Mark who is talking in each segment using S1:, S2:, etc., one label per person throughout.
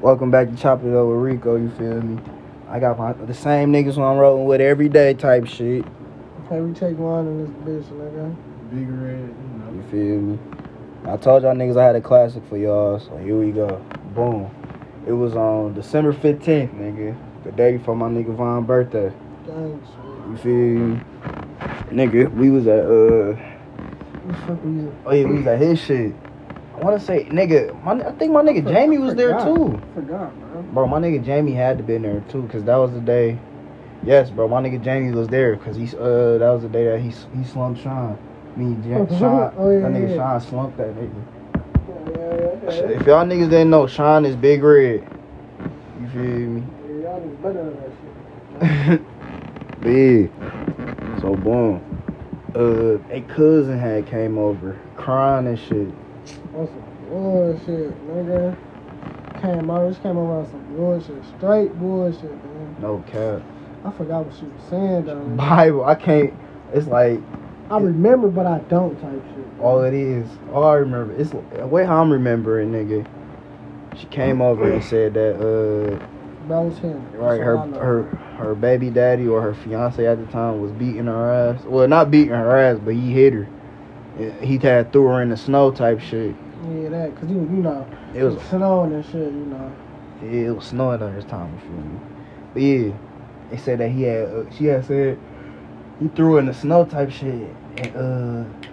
S1: Welcome back to Chop It Up with Rico, you feel me? I got my the same niggas who I'm rolling with every day type shit.
S2: Hey, we take wine in this bitch, nigga.
S3: Big red, you
S1: You
S3: know.
S1: feel me? I told y'all niggas I had a classic for y'all, so here we go. Boom. It was on December 15th, nigga. The day before my nigga Von's birthday.
S2: Thanks. man.
S1: You feel me? Nigga, we was at uh
S2: Who the fuck we you?
S1: Oh yeah, we was at his shit. I wanna say, nigga, my, I think my nigga Jamie was there
S2: Forgot.
S1: too.
S2: Forgot, man.
S1: Bro, my nigga Jamie had to been there too, cause that was the day. Yes, bro, my nigga Jamie was there, cause he uh that was the day that he he slumped Sean. Me, Jam, Sean,
S2: Oh, yeah,
S1: that nigga
S2: yeah.
S1: Sean slumped that nigga.
S2: Yeah, yeah, yeah.
S1: If y'all niggas didn't know, Sean is big red. You feel me?
S2: Yeah, y'all niggas better than that shit.
S1: Big. So boom. Uh, a cousin had came over crying and shit.
S2: On some bullshit, nigga. Came over, she came over on some bullshit. Straight bullshit, man.
S1: No cap.
S2: I forgot what she was saying, though. man.
S1: Bible, I can't. It's like
S2: I remember, but I don't type shit.
S1: all it is. All I remember. It's the way how I'm remembering, nigga. She came over and said that uh,
S2: That was him. That's
S1: right, her
S2: all I know.
S1: her her baby daddy or her fiance at the time was beating her ass. Well, not beating her ass, but he hit her. He had threw her in the snow type shit.
S2: Yeah, that, because you, you know,
S1: It was
S2: snowing and shit, you know.
S1: Yeah, it was snowing under his time. You feel me? But yeah, they said that he had. Uh, she had said he threw her in the snow type shit, and uh,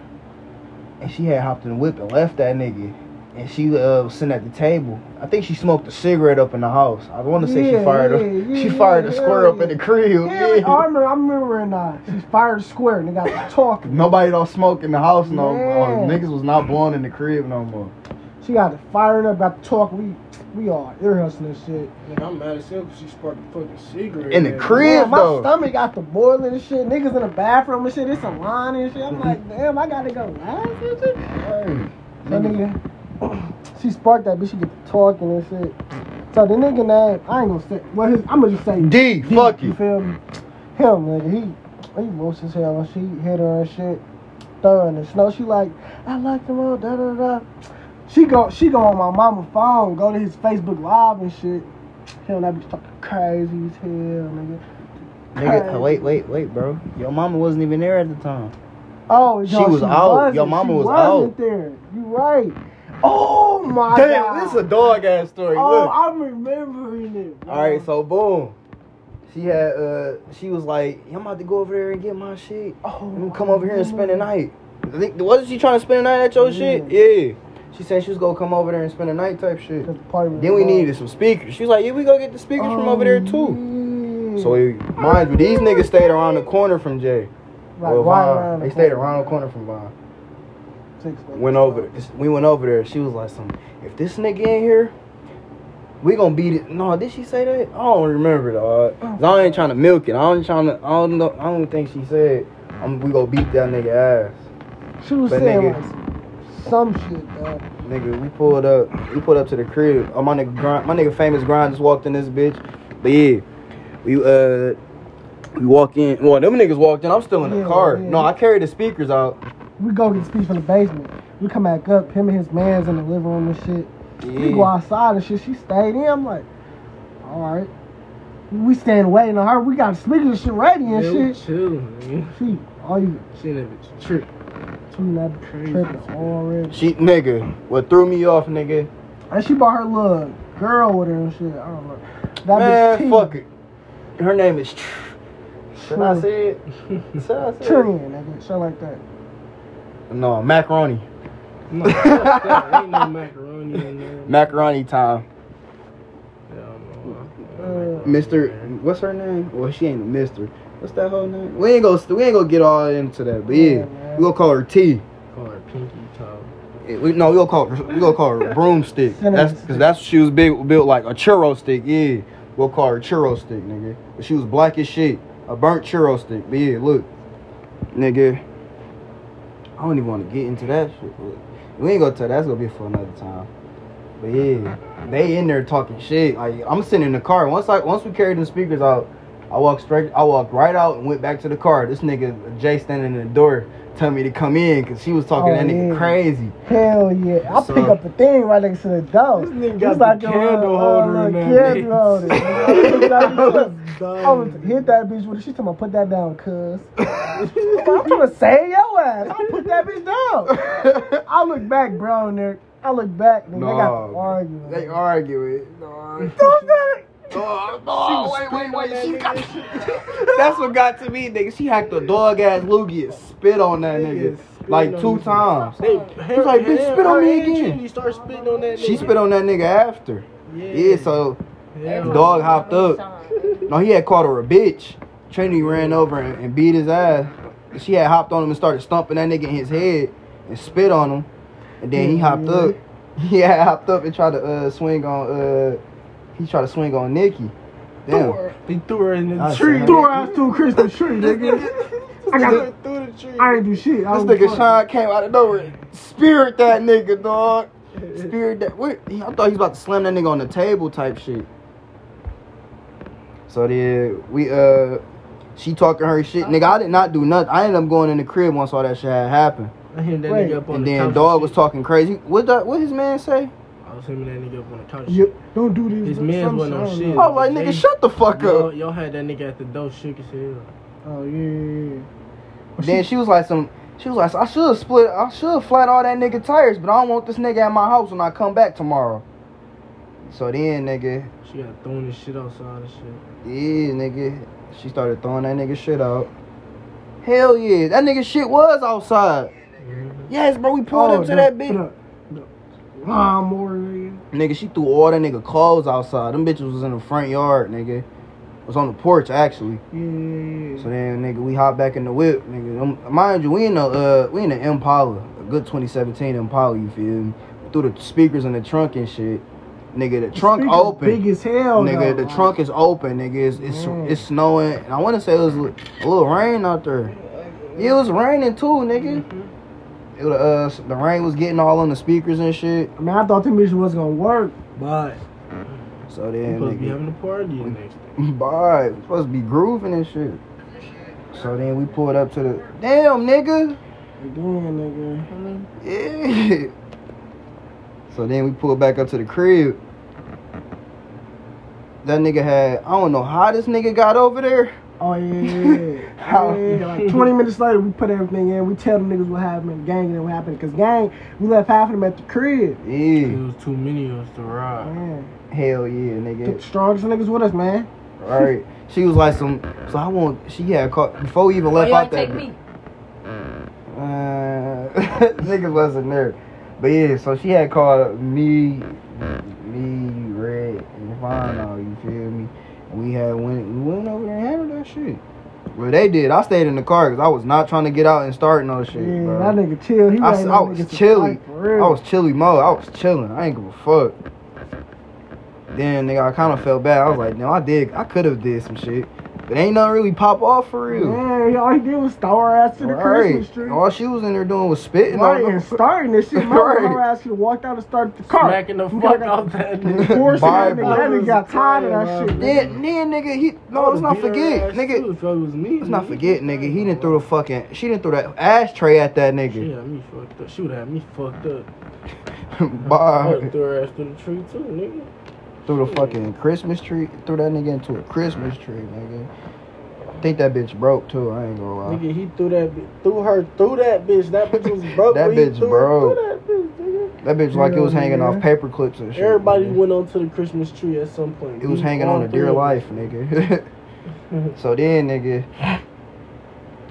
S1: and she had hopped in the whip and left that nigga. And she uh, was sitting at the table. I think she smoked a cigarette up in the house. I want to say
S2: Yeah,
S1: she fired
S2: yeah,
S1: a
S2: yeah,
S1: she fired a
S2: yeah,
S1: square up in the crib.
S2: Yeah, like, I
S1: Yeah.
S2: remember, I'm remembering now. She fired square and they got to talking.
S1: Nobody don't smoke in the house no more.
S2: Yeah.
S1: Niggas was not blowing in the crib no more.
S2: She got to firing up, got to talk. We we all ear hustling and shit.
S3: Nigga, I'm mad as hell because she sparked a fucking cigarette.
S1: In the
S3: man.
S1: crib?
S2: Yeah, my
S1: though.
S2: stomach got to boiling and shit. Niggas in the bathroom and shit. It's a line and shit. I'm like, damn, I gotta go last and shit.
S1: Hey,
S2: That nigga, she sparked that bitch. She get to talking and shit. So the nigga name, I ain't gonna say. Well, his, I'm gonna just say
S1: D, fuck
S2: you
S1: you.
S2: feel me? Him, nigga, he, he loose as hell. and She hit her and shit, throw her in the snow. She like, I like them all, da da da. She go, she go on my mama phone, go to his Facebook Live and shit. Hell, that bitch talking crazy as hell, nigga.
S1: Nigga,
S2: Crazy.
S1: wait, wait, wait, bro. Your mama wasn't even there at the time.
S2: Oh,
S1: She
S2: no,
S1: was out.
S2: wasn't.
S1: Your mama
S2: she
S1: was
S2: wasn't
S1: out.
S2: there. You right. Oh my god.
S1: Damn, this is a dog ass story.
S2: Oh,
S1: Look.
S2: I'm remembering it. bro.
S1: All right, so boom. She had uh she was like, I'm about to go over there and get my shit.
S2: oh,
S1: I'm gonna
S2: I
S1: come over here and spend the
S2: remember.
S1: night. I think wasn't she trying to spend the night at your
S2: Mm-hmm. Yeah.
S1: shit? Yeah. She said she was gonna come over there and spend the night type shit.
S2: Cause the party was
S1: Then we
S2: long.
S1: needed some speakers. She was like, Yeah, we go get the speakers from over there too.
S2: Oh, yeah.
S1: So we, mind you, these niggas stayed around the corner from Jay.
S2: Like,
S1: Well,
S2: right
S1: Von.
S2: around
S1: they
S2: the
S1: stayed
S2: corner.
S1: around the corner from Vine.
S2: Six months.
S1: went over there. We went over there. She was like, "Some if this nigga in here, we gonna beat it." No, did she say that? I don't remember dog. 'Cause I ain't trying to milk it. I ain't trying to. I don't know. I don't think she said I'm, we gonna beat that nigga ass.
S2: She was
S1: But
S2: saying
S1: nigga-
S2: like some shit, dog.
S1: Nigga, we pulled up. We pulled up to the crib. Oh my nigga, grind, my nigga, famous grind just walked in this bitch. But yeah, we uh. We walk in. Well, them niggas walked in. I'm still in the
S2: Yeah,
S1: car.
S2: yeah.
S1: No, I carried the speakers out.
S2: We go get speech from the basement. We come back up. Him and his man's in the living room and shit. We go
S1: Yeah.
S2: outside and shit. She stayed in. I'm like, all right. We staying waiting on her. We got speakers and shit ready and
S3: Yeah, we
S2: shit.
S3: chill, man.
S2: She, all you
S3: She that bitch trip.
S2: tweeting that
S3: Crazy.
S2: tripping already.
S1: She nigga. What threw me off, nigga?
S2: And she brought her little girl with her and shit. I don't know. That
S1: Man,
S2: bitch T.
S1: fuck it. Her name is. Tr- Should I
S2: Trin.
S1: say it? Should I say
S2: Trin, nigga. Shit like that.
S1: it? No, macaroni.
S3: No, fuck that. Ain't no macaroni in there.
S1: Macaroni time.
S3: Hell
S2: Uh,
S3: no.
S1: Mister, what's her name? Well, she ain't a Mister. What's that whole name? We ain't gonna we ain't gonna get all into that, but yeah,
S2: Yeah, man.
S1: we gonna call her T.
S3: Call her Pinky Toe.
S1: Yeah, We, no, we gonna call her, we gonna call her broomstick.
S2: Cinnamon
S1: That's because
S2: stick.
S1: that's she was big, built like a churro stick. Yeah, we'll call her churro stick, nigga. But she was black as shit, a burnt churro stick. But yeah, look, nigga, I don't even want to get into that shit. But we ain't gonna tell. That's gonna be for another time. But yeah, they in there talking shit. Like I'm sitting in the car. Once I once we carried the speakers out, I walked straight. I walked right out and went back to the car. This nigga Jay standing in the door telling me to come in because she was talking
S2: Oh,
S1: to that nigga
S2: yeah.
S1: crazy.
S2: Hell yeah. I
S3: So-
S2: pick up a thing right next to the door.
S3: This nigga
S2: It's
S3: got the
S2: a
S3: candle
S2: little-
S3: holder
S2: uh,
S3: in
S2: little
S3: that
S2: candle
S3: bitch.
S2: holder. I was
S3: Dumb.
S2: hit that bitch with it. She told me, put that down, cuz. I'm trying to save your ass. I put that bitch down. I look back, brown there. I look back, and they got to
S1: No.
S2: argue.
S1: they argue it. No.
S2: Don't that-
S1: Oh,
S3: was
S1: wait, wait,
S3: spitting on
S1: wait.
S3: that
S1: She
S3: nigga.
S1: got That's what got to me, nigga. She hacked a dog ass loogie and spit on that nigga.
S3: Nigga spit
S1: Like
S3: on
S1: two
S3: this nigga.
S1: times.
S3: They
S1: He's like, bitch, spit on me again.
S3: You start spitting on that.
S1: She
S3: nigga.
S1: spit on that nigga after.
S3: Yeah.
S1: Yeah, so
S3: Hell.
S1: Dog hopped up. no, he had called her a bitch. Trinity ran over and, and beat his ass. She had hopped on him and started stomping that nigga in his head and spit on him. And then he hopped up.
S3: Mm-hmm.
S1: He had hopped up and tried to uh, swing on. Uh, he tried to swing on Nikki. Damn.
S3: He threw her in the
S1: I
S3: tree.
S1: said-
S2: Threw her ass to a Christmas tree, nigga. I got-
S3: I got her through the tree.
S2: I ain't do shit. I
S1: This
S2: don't
S1: nigga
S2: fuck.
S1: Sean came out of nowhere. and Speared that nigga, dog. Speared that. What? I thought he was about to slam that nigga on the table, type shit. So then we uh, she talking her shit, nigga. I did not do nothing. I ended up going in the crib once all that shit had happened.
S3: I hit that
S2: Wait.
S3: nigga up on
S1: And
S3: the
S1: then
S3: couch.
S1: dog
S3: and
S1: was
S3: shit.
S1: talking crazy. What that? What his man say?
S3: I was hitting that nigga up on the couch.
S2: Yeah, don't do this.
S3: His
S2: bro.
S3: mans
S2: Some
S3: wasn't on
S2: shit.
S3: shit.
S1: I was like, nigga, shut the fuck
S3: Y'all,
S1: up.
S3: y'all had that nigga at the door shook his head.
S2: Oh yeah, yeah, yeah.
S1: Then she was like some. She was like, I should have split. I should have flat all that nigga tires, but I don't want this nigga at my house when I come back tomorrow. So then, nigga,
S3: She got thrown this shit outside and shit.
S1: Yeah, nigga. She started throwing that nigga shit out. Hell yeah, that nigga shit was outside.
S3: Mm-hmm.
S1: Yes, bro, we pulled
S3: Oh,
S1: up to that bitch.
S2: Lawnmower, nigga.
S1: Nigga, she threw all that nigga clothes outside. Them bitches was in the front yard, nigga. Was on the porch actually.
S2: Yeah.
S1: So then, nigga, we hopped back in the whip, nigga. Um, Mind you, we in the uh, we in the Impala, a good 2017 Impala. You feel me? Through the speakers in the trunk and shit, nigga. The trunk
S2: Speaker
S1: open.
S2: Big as hell,
S1: Nigga,
S2: though.
S1: the trunk is open, nigga. It's it's,
S2: Man.
S1: it's snowing, and I want to say it was a little rain out there. Yeah, it was raining too, nigga. It was, uh, the rain was getting all on the speakers and shit.
S2: I mean, I thought the mission was gonna work.
S3: But
S1: So
S3: we
S1: then,
S3: supposed to be
S1: nigga,
S3: having a party the next day.
S1: bye. we supposed to be grooving and shit. So then we pulled up to the damn nigga.
S2: Again,
S1: Yeah. So then we pulled back up to the crib. That nigga had I don't know how this nigga got over there.
S2: nigga. Oh yeah. yeah.
S1: How-
S2: Yeah, like 20 minutes later, we put everything in. We tell the niggas what happened, gang, and what happened. Cause gang, we left half of them at the crib.
S1: Yeah.
S3: It was too many of us to ride.
S2: Man,
S1: Hell Uh, yeah,
S2: the
S1: nigga.
S2: strongest niggas with us, man.
S1: Right. She was like some. So I want. She had caught before we even left
S4: Oh, you
S1: out that.
S4: ain't take me?
S1: Uh, niggas wasn't there, but yeah. So she had called me, me, Red, and Final. You feel me? And we had went. We went over there and handled that shit. Well, they did. I stayed in the car because I was not trying to get out and start no shit.
S2: Yeah,
S1: bro.
S2: that nigga chill. He
S1: I,
S2: ready
S1: s-
S2: to
S1: I was
S2: niggas to
S1: chilly.
S2: fight, for
S1: I
S2: real.
S1: was chilly mode. I was chilling. I ain't give a fuck. Then nigga, I kind of felt bad. I was like, no, I did. I could have did some shit, but ain't nothing really pop off for real.
S2: Man, all he did was throw her ass to the Christmas tree.
S1: All she was in there doing was spitting.
S2: Right,
S1: on
S2: and starting this shit, my
S1: Right.
S2: her ass should walked out and started the car.
S3: Smacking the
S2: You
S3: fuck
S2: gotta-
S3: out that
S2: Of
S3: nigga.
S2: course, that nigga,
S1: Bible.
S2: that nigga got tired of that shit.
S1: Then, then nigga, he
S3: I
S1: no, let's
S3: would've
S1: not
S3: beat her
S1: forget,
S3: ass, too,
S1: nigga.
S3: if it was me,
S1: Let's not
S3: nigga.
S1: forget, nigga. He didn't throw the fucking. She didn't throw that ashtray at that
S3: She
S1: nigga.
S3: had me fucked up. She would have me fucked up. I
S1: Bar
S3: would've threw her ass through the tree too, nigga.
S1: through the fucking Christmas tree. Threw that nigga into a Christmas tree, nigga. Think that bitch broke too. I ain't gonna lie.
S3: Nigga, he threw that, bi- threw her through that bitch. That bitch was broke.
S1: That
S3: when he
S1: bitch
S3: threw her
S1: broke.
S3: Through that bitch, nigga.
S1: That bitch like it was hanging off
S2: Yeah.
S1: paper clips and shit.
S3: Everybody
S1: nigga.
S3: went onto the Christmas tree at some point.
S1: It was
S3: These
S1: hanging
S3: all
S1: on a
S3: three
S1: dear
S3: of us.
S1: life, nigga. so then, nigga, I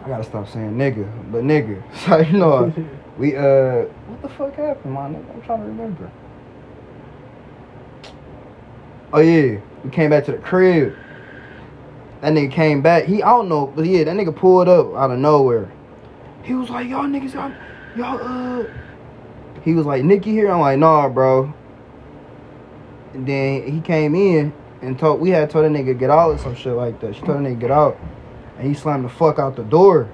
S1: gotta stop saying nigga, but nigga. So you know, we uh, what the fuck happened, my nigga? I'm trying to remember. Oh yeah, we came back to the crib. That nigga came back. He I don't know, but yeah, that nigga pulled up out of nowhere. He was like, y'all niggas, y'all, y'all uh. He was like, Nikki here. I'm like, nah, bro. And then he came in and told we had told that nigga get out or some shit like that. She told that nigga get out, and he slammed the fuck out the door.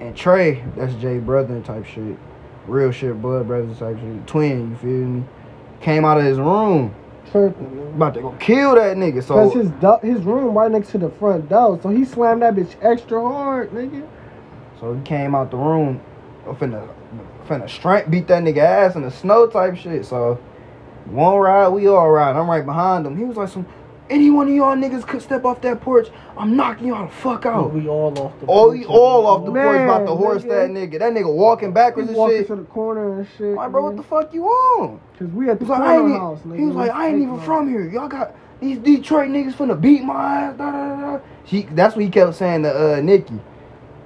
S1: And Trey, that's Jay brother type shit, real shit, blood brothers type shit, twin. You feel me? Came out of his room,
S2: Tripping, man.
S1: about to go kill that nigga. So
S2: Cause his do- his room right next to the front door, so he slammed that bitch extra hard, nigga.
S1: So he came out the room, I'm finna finna strength beat that nigga ass in the snow type shit. So one ride, we all ride. I'm right behind him. He was like some. Any one of y'all niggas could step off that porch, I'm knocking y'all the fuck out.
S3: Oh, We all off the
S1: All Oh, we all off the
S2: Man,
S1: porch about to horse
S2: nigga.
S1: that nigga. That nigga walking backwards
S2: He
S1: and
S2: walking
S1: shit.
S2: to the corner and shit.
S1: Like, bro, what the fuck you on?
S2: Cause we at
S1: He
S2: the
S1: was like, I
S2: corner
S1: ain't, e-
S2: house. Nigga.
S1: he was like, I ain't even from here. Y'all got these Detroit niggas finna beat my ass. Da, da, da. da." He, that's what he kept saying to uh, Nikki,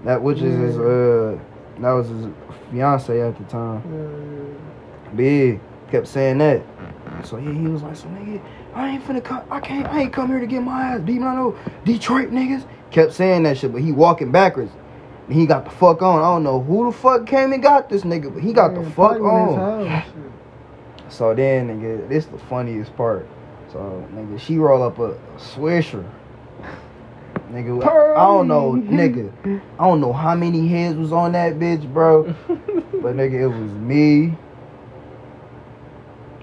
S1: that which is his
S2: Yeah.
S1: uh, that was his fiance at the time.
S2: Yeah.
S1: Big kept saying that. So yeah, he was like, so nigga, I ain't finna come. I can't. I ain't come here to get my ass beat. by no Detroit niggas. Kept saying that shit, but he walking backwards. And he got the fuck on. I don't know who the fuck came and got this nigga, but he got the
S2: Man,
S1: fuck
S2: fighting in his
S1: on.
S2: house and shit.
S1: So then, nigga, this the funniest part. So, nigga, she roll up a swisher. Nigga, I don't know, nigga. I don't know how many heads was on that bitch, bro. But nigga, it was me,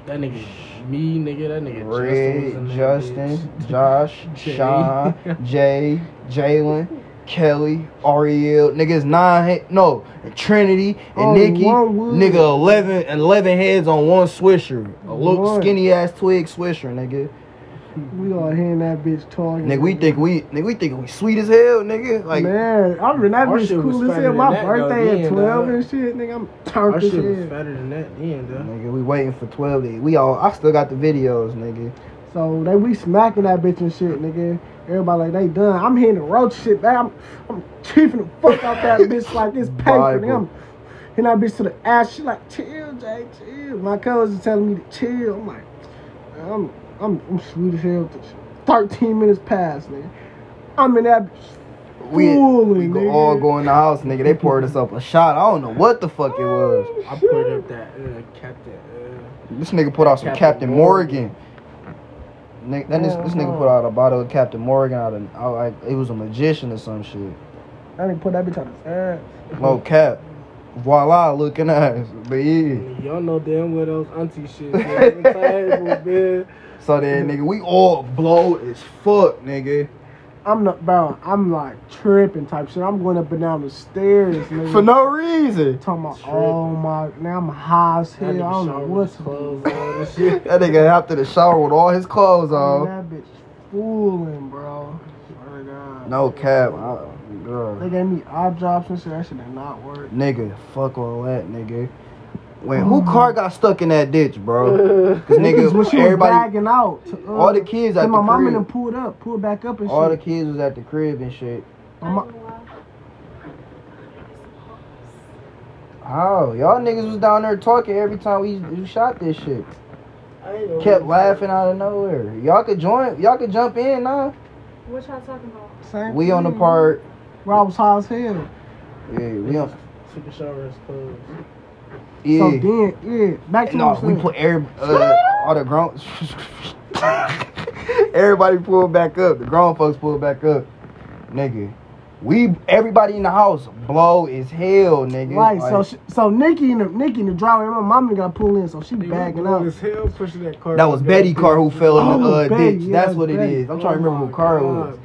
S3: That nigga, me, nigga, that nigga,
S1: Red,
S3: Justin, was in that
S1: Justin,
S3: bitch.
S1: Josh,
S3: Jay.
S1: Sean, Jay, Jalen, Kelly, Ariel. Niggas nine, he- no, Trinity and
S2: Oh,
S1: Nikki.
S2: one wood.
S1: Nigga, 11, 11 heads on one swisher. A little
S2: Lord.
S1: skinny ass twig swisher, nigga.
S2: We all hearing that bitch talking.
S1: Nigga, we think we nigga we think we sweet as hell, nigga. Like
S2: man, I remember that
S3: Our
S2: bitch
S3: shit was
S2: cool as
S3: fatter
S2: hell.
S3: than
S2: My
S3: that, though,
S2: birthday
S3: then,
S2: at twelve
S3: dog.
S2: and shit, nigga. I'm
S3: Our
S2: turned as
S3: shit was
S2: hell.
S3: fatter than that then, though.
S1: nigga, we waiting for twelve days. We all I still got the videos, nigga.
S2: So they we smacking that bitch and shit, nigga. Everybody like they done. I'm hitting the roach shit back. I'm I'm chiefing the fuck out that bitch like this paper.
S1: Bible.
S2: Nigga. I'm hitting that bitch to the ass. She like chill, Jay, chill. My cousin telling me to chill. I'm like, I'm I'm I'm sweet as hell. Thirteen minutes passed, nigga. I'm in that bitch.
S1: We we
S2: Fooling,
S1: go,
S2: nigga.
S1: all go in the house, nigga. They poured us up a shot. I don't know what the fuck it was.
S3: I put up that uh, captain. Uh,
S1: This nigga put out some Captain
S3: Captain
S1: Morgan. Oh. Nigga, then this, this nigga put out a bottle of Captain Morgan out of out like it was a magician or some shit.
S2: I didn't put that bitch on his ass.
S1: Low cap, voila, looking ass, but yeah.
S3: y'all know damn well those auntie shit. man. The table, man.
S1: So then, nigga, we all blow as fuck, nigga.
S2: I'm not, bro. I'm like tripping type shit. I'm going up and down the stairs, nigga.
S1: For no reason.
S2: Talking about,
S3: Tripping.
S2: oh my, now I'm high as
S3: That
S2: hell. I
S3: nigga
S2: don't know
S3: showered
S2: what
S3: his
S2: to do.
S3: clothes on and shit.
S1: That nigga after the shower with all his clothes
S2: Man,
S1: on.
S2: That bitch fooling, bro.
S3: Oh
S2: Swear to God.
S1: No cap. I,
S2: They
S1: bruh.
S2: gave me eye drops and shit. That shit did not work.
S1: nigga, fuck all that, nigga. When who car got stuck in that ditch, bro? Cause nigga,
S2: Niggas, when she was
S1: everybody,
S2: bagging out. To, uh,
S1: all the kids at
S2: and my
S1: the
S2: mom and them
S1: crib.
S2: pulled up, pulled back up and
S1: All the
S2: shit.
S1: kids was at the crib and shit.
S2: My mo-
S1: Oh, y'all niggas was down there talking every time we, we shot this shit.
S3: I ain't know
S1: Kept
S3: what
S1: laughing out of nowhere. Y'all could join. Y'all could jump in, nah.
S4: What y'all talking about?
S2: Same
S1: We on the
S2: thing.
S1: part.
S2: Bro, I was high as hell.
S1: Yeah, we on.
S3: Took a shower as clothes.
S2: So
S1: Yeah.
S2: then, yeah, back to
S1: No,
S2: what I'm
S1: we
S2: saying.
S1: put every, uh, all the grown. everybody pulled back up. The grown folks pulled back up. Nigga, we everybody in the house blow as hell, nigga.
S2: Right, so
S1: Like,
S2: she, so Nikki in the Nikki in the driver, my mama got pulled in, so she bagging out.
S3: as hell pushing that car.
S1: that was Betty car who fell in the
S2: Oh,
S1: uh,
S2: Betty,
S1: ditch.
S2: yeah,
S1: That's
S2: that's
S1: what it
S2: Betty. Oh
S1: is. I'm trying to remember what
S3: Oh
S1: car it was.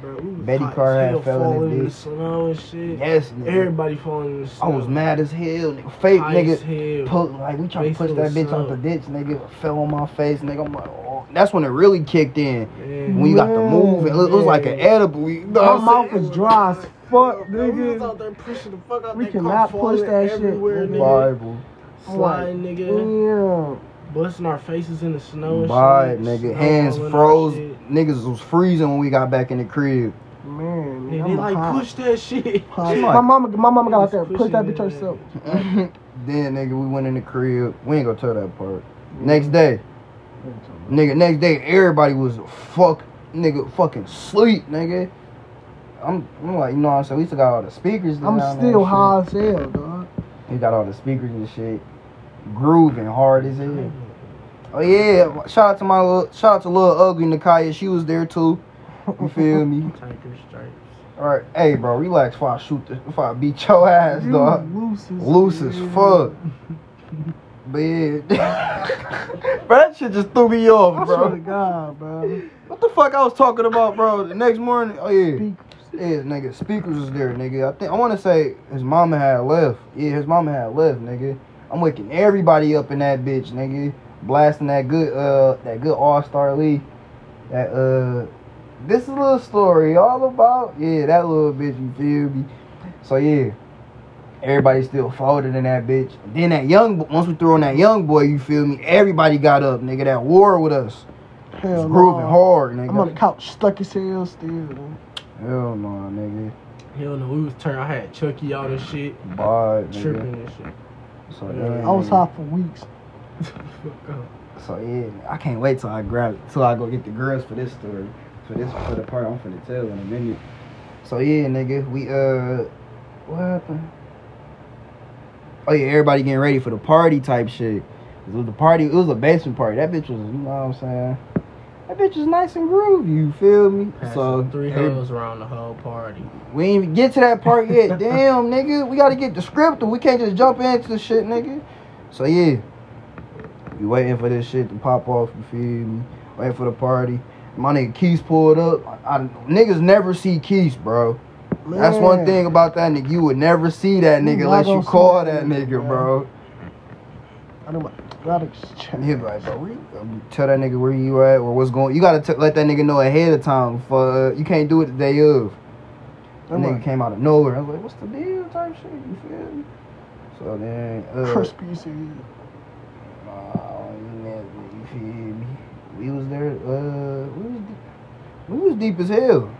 S1: Betty Carr
S3: car
S1: had fell in that
S3: in
S1: bitch.
S3: the snow and shit.
S1: Yes, nigga.
S3: Everybody falling in the
S1: I
S3: snow.
S1: was mad as hell, nigga. Fake
S3: High as
S1: nigga.
S3: hell.
S1: Pull, like we trying to
S3: Face
S1: push
S3: to
S1: that
S3: the
S1: bitch out the
S3: sun.
S1: ditch, nigga. Fell on my face, nigga. I'm like, oh. that's when it really kicked in.
S3: Man.
S1: When you got to move, it looked, it was like an
S3: Yeah.
S1: edible. You know
S2: My
S1: what I'm saying?
S2: mouth is dry as fuck,
S3: Bro, we was out
S2: nigga.
S3: there pushing the fuck out
S2: We
S3: that
S2: cannot
S3: car, falling
S2: push that shit,
S3: everywhere,
S2: nigga.
S3: nigga.
S1: Bible.
S3: Sliding, nigga.
S2: Damn.
S3: Busting our faces in the snow and
S1: Bye,
S3: shit.
S1: nigga.
S3: Snow
S1: Hands
S3: all in our
S1: froze.
S3: shit.
S1: Niggas was freezing when we got back in the crib.
S2: Man,
S3: Nigga,
S2: nigga,
S3: they
S2: I'm
S3: like
S2: high.
S3: push that shit.
S2: High.
S1: She
S2: My
S1: like-
S2: mama, my mama got out
S3: Niggas
S2: there, push
S3: pushing
S2: that bitch
S3: that.
S2: herself.
S1: then nigga, we went in the crib. We ain't gonna tell that part. Next day, nigga. Next day, everybody was fuck, nigga, fucking sleep, nigga. I'm, I'm like, you know what I'm saying? We still got all the speakers. down
S2: I'm
S1: and
S2: still
S1: shit.
S2: high as hell, dog.
S1: We got all the speakers and shit, grooving hard as hell. Oh yeah, shout out to my little, shout out to little ugly Nakaya. She was there too. You feel me?
S3: Tiger stripes.
S1: All right, hey, bro, relax before I shoot, this, before I beat your ass,
S2: You
S1: dog.
S2: Loose as,
S1: Loose as fuck. But yeah, bro, that shit just threw me off,
S2: I swear to
S1: bro.
S2: God, bro.
S1: What the fuck I was talking about, bro? The next morning, oh yeah,
S2: Speakers.
S1: his nigga speakers was there, nigga. I think I want to say his mama had left. Yeah, his mama had left, nigga. I'm waking everybody up in that bitch, nigga. Blasting that good, uh, that good All Star League. That uh, this is a little story all about yeah that little bitch. You feel me? So yeah, everybody still folded in that bitch. Then that young, bo- once we threw on that young boy, you feel me? Everybody got up, nigga. That war with us. It's
S2: Hell
S1: grooving
S2: no.
S1: hard, nigga.
S2: I'm on the couch, stuck as hell still. man.
S1: Hell no, nigga.
S3: Hell no, we was turned. I had Chucky out and shit,
S1: Bye, nigga.
S3: tripping and shit.
S1: So,
S3: Yeah,
S2: I was
S1: nigga.
S2: high for weeks.
S3: Fuck up.
S1: So yeah, I can't wait till I grab till I go get the girls for this story. For this for the part I'm finna tell in a minute. So yeah, nigga, we uh what happened? Oh yeah, everybody getting ready for the party type shit. It was the party, it was a basement party. That bitch was you know what I'm saying? That bitch was nice and groovy, you feel me?
S3: Passing
S1: so
S3: three
S1: every-
S3: hoes around the whole party.
S1: we ain't even get to that part yet. Damn, nigga. We gotta get descriptive. We can't just jump into the shit, nigga. So yeah. We waiting for this shit to pop off, you feel me? Waiting for the party. My nigga Keys pulled up. I, I- niggas never see Keys, bro. That's one
S2: Man.
S1: thing about that nigga. You would never see that
S2: You
S1: nigga
S2: not
S1: unless you
S2: gonna see
S1: call
S2: that
S1: that
S2: nigga,
S1: nigga,
S2: bro.
S1: bro.
S2: I know my products check.
S1: And he'll be like, bro, where you, um, tell that nigga where you at or what's going. You gotta t- let that nigga know ahead of time. For uh, you can't do it the day of. That
S2: I'm
S1: nigga
S2: like,
S1: came out of nowhere. I was like, what's the deal? Type shit. You feel me? So then, uh,
S2: crispy as hell.
S1: uh, you feel me? We was there. Uh, we was deep, we was deep as hell.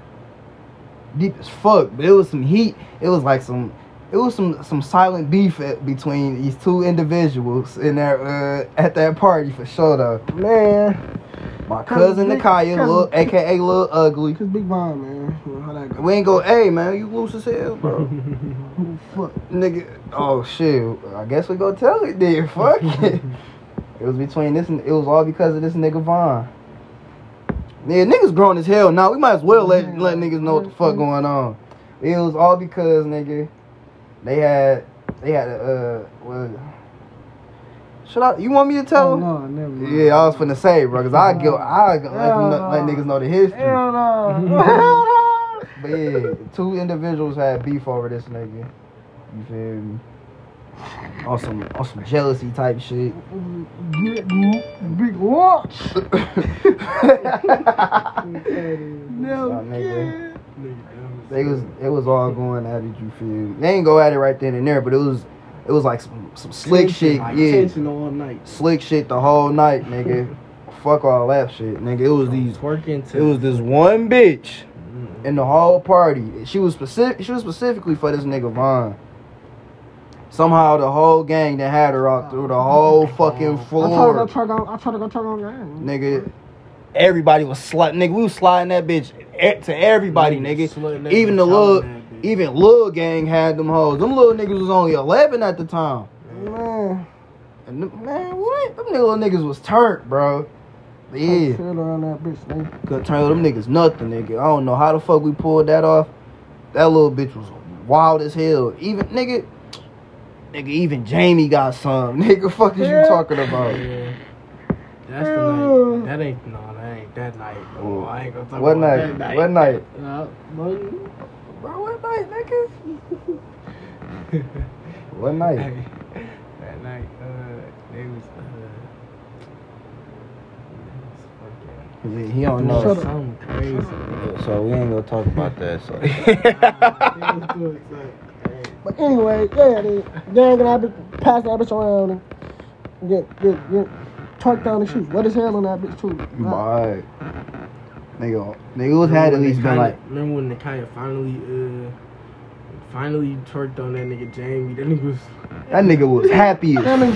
S1: Deep as fuck, but it was some heat. It was like some. It was some some silent beef at, between these two individuals in there uh, at that party for sure though.
S2: Man,
S1: My cousin
S2: Cousin Big-
S1: Nakaya,
S2: Cousin-
S1: little, aka Lil Ugly.
S2: because Big Von, man. You know how that goes.
S1: We ain't go, hey man, you loose as hell, bro.
S2: Who the fuck?
S1: Nigga, oh shit. I guess we gonna tell it then. Fuck it. It was between this and it was all because of this nigga Vaughn. Yeah, niggas grown as hell now. We might as well let let niggas know what the fuck going on. It was all because nigga, they had they had a uh well. Should I? You want me to tell?
S2: Oh,
S1: them?
S2: no, never mind.
S1: Yeah, I was finna say, bro, cause I go, I go let, them know,
S2: Hell
S1: let
S2: no.
S1: niggas know the history.
S2: Hell no. Hell no.
S1: But yeah, two individuals had beef over this nigga. You feel me? On some on some jealousy type shit.
S2: Big whoop, Big watch.
S1: Nah, nigga.
S2: No
S3: Nigga, dumb as
S1: they was
S3: hell.
S1: it was all going at it. You feel me? They ain't go at it right then and there, but it was it was like some, some slick
S3: Tension,
S1: shit.
S3: like
S1: Yeah,
S3: tension all night.
S1: slick shit the whole night, nigga. Fuck all that shit, nigga. It was these.
S3: twerking?
S1: It was this one bitch.
S3: Mm.
S1: in the whole party. She was specific. She was specifically for this nigga Vaughn. Somehow the whole gang that had her out through the whole fucking
S2: I told her
S1: floor,
S2: to go twerk on. I told her to go twerk on. gang.
S1: nigga. Everybody was sliding. Nigga, we was sliding that bitch e- to everybody, nigga.
S3: Slutting that
S1: Even the
S3: bitch
S1: little,
S3: out in that bitch.
S1: even little gang had them hoes. Them little niggas was only eleven at the time.
S2: Man,
S1: And them- man, what? Them little niggas was turned, bro. But yeah,
S2: Tell her on that bitch, nigga.
S1: couldn't turn them niggas nothing, nigga. I don't know how the fuck we pulled that off. That little bitch was wild as hell. Even nigga, nigga, even Jamie got some. Nigga, fuck is you talking about?
S3: Yeah. That's the night. That ain't no. That ain't that night. bro. Oh, I ain't gonna talk
S1: What
S3: about
S1: night?
S3: That night?
S1: What night?
S3: Uh, Monday.
S1: Bro, what night, nigga? What night?
S3: Hey, that night, uh, they was, uh, they
S1: Yeah, he don't
S3: was fucking doing
S2: Shut
S1: know.
S2: up.
S3: something crazy.
S1: So we ain't gonna talk about that. So.
S3: They was doing something crazy.
S2: But anyway, yeah, they gang and I be passing that bitch around and get get get twerked down and shoot. What is hell on that bitch too?
S1: Bye. Nigga, nigga was had at
S3: Remember when
S1: least been
S3: Nakia-
S1: like,
S3: Remember when Nakia finally, uh, finally twerked on that nigga Jamie? That nigga was.
S1: that nigga was happy as
S2: That nigga-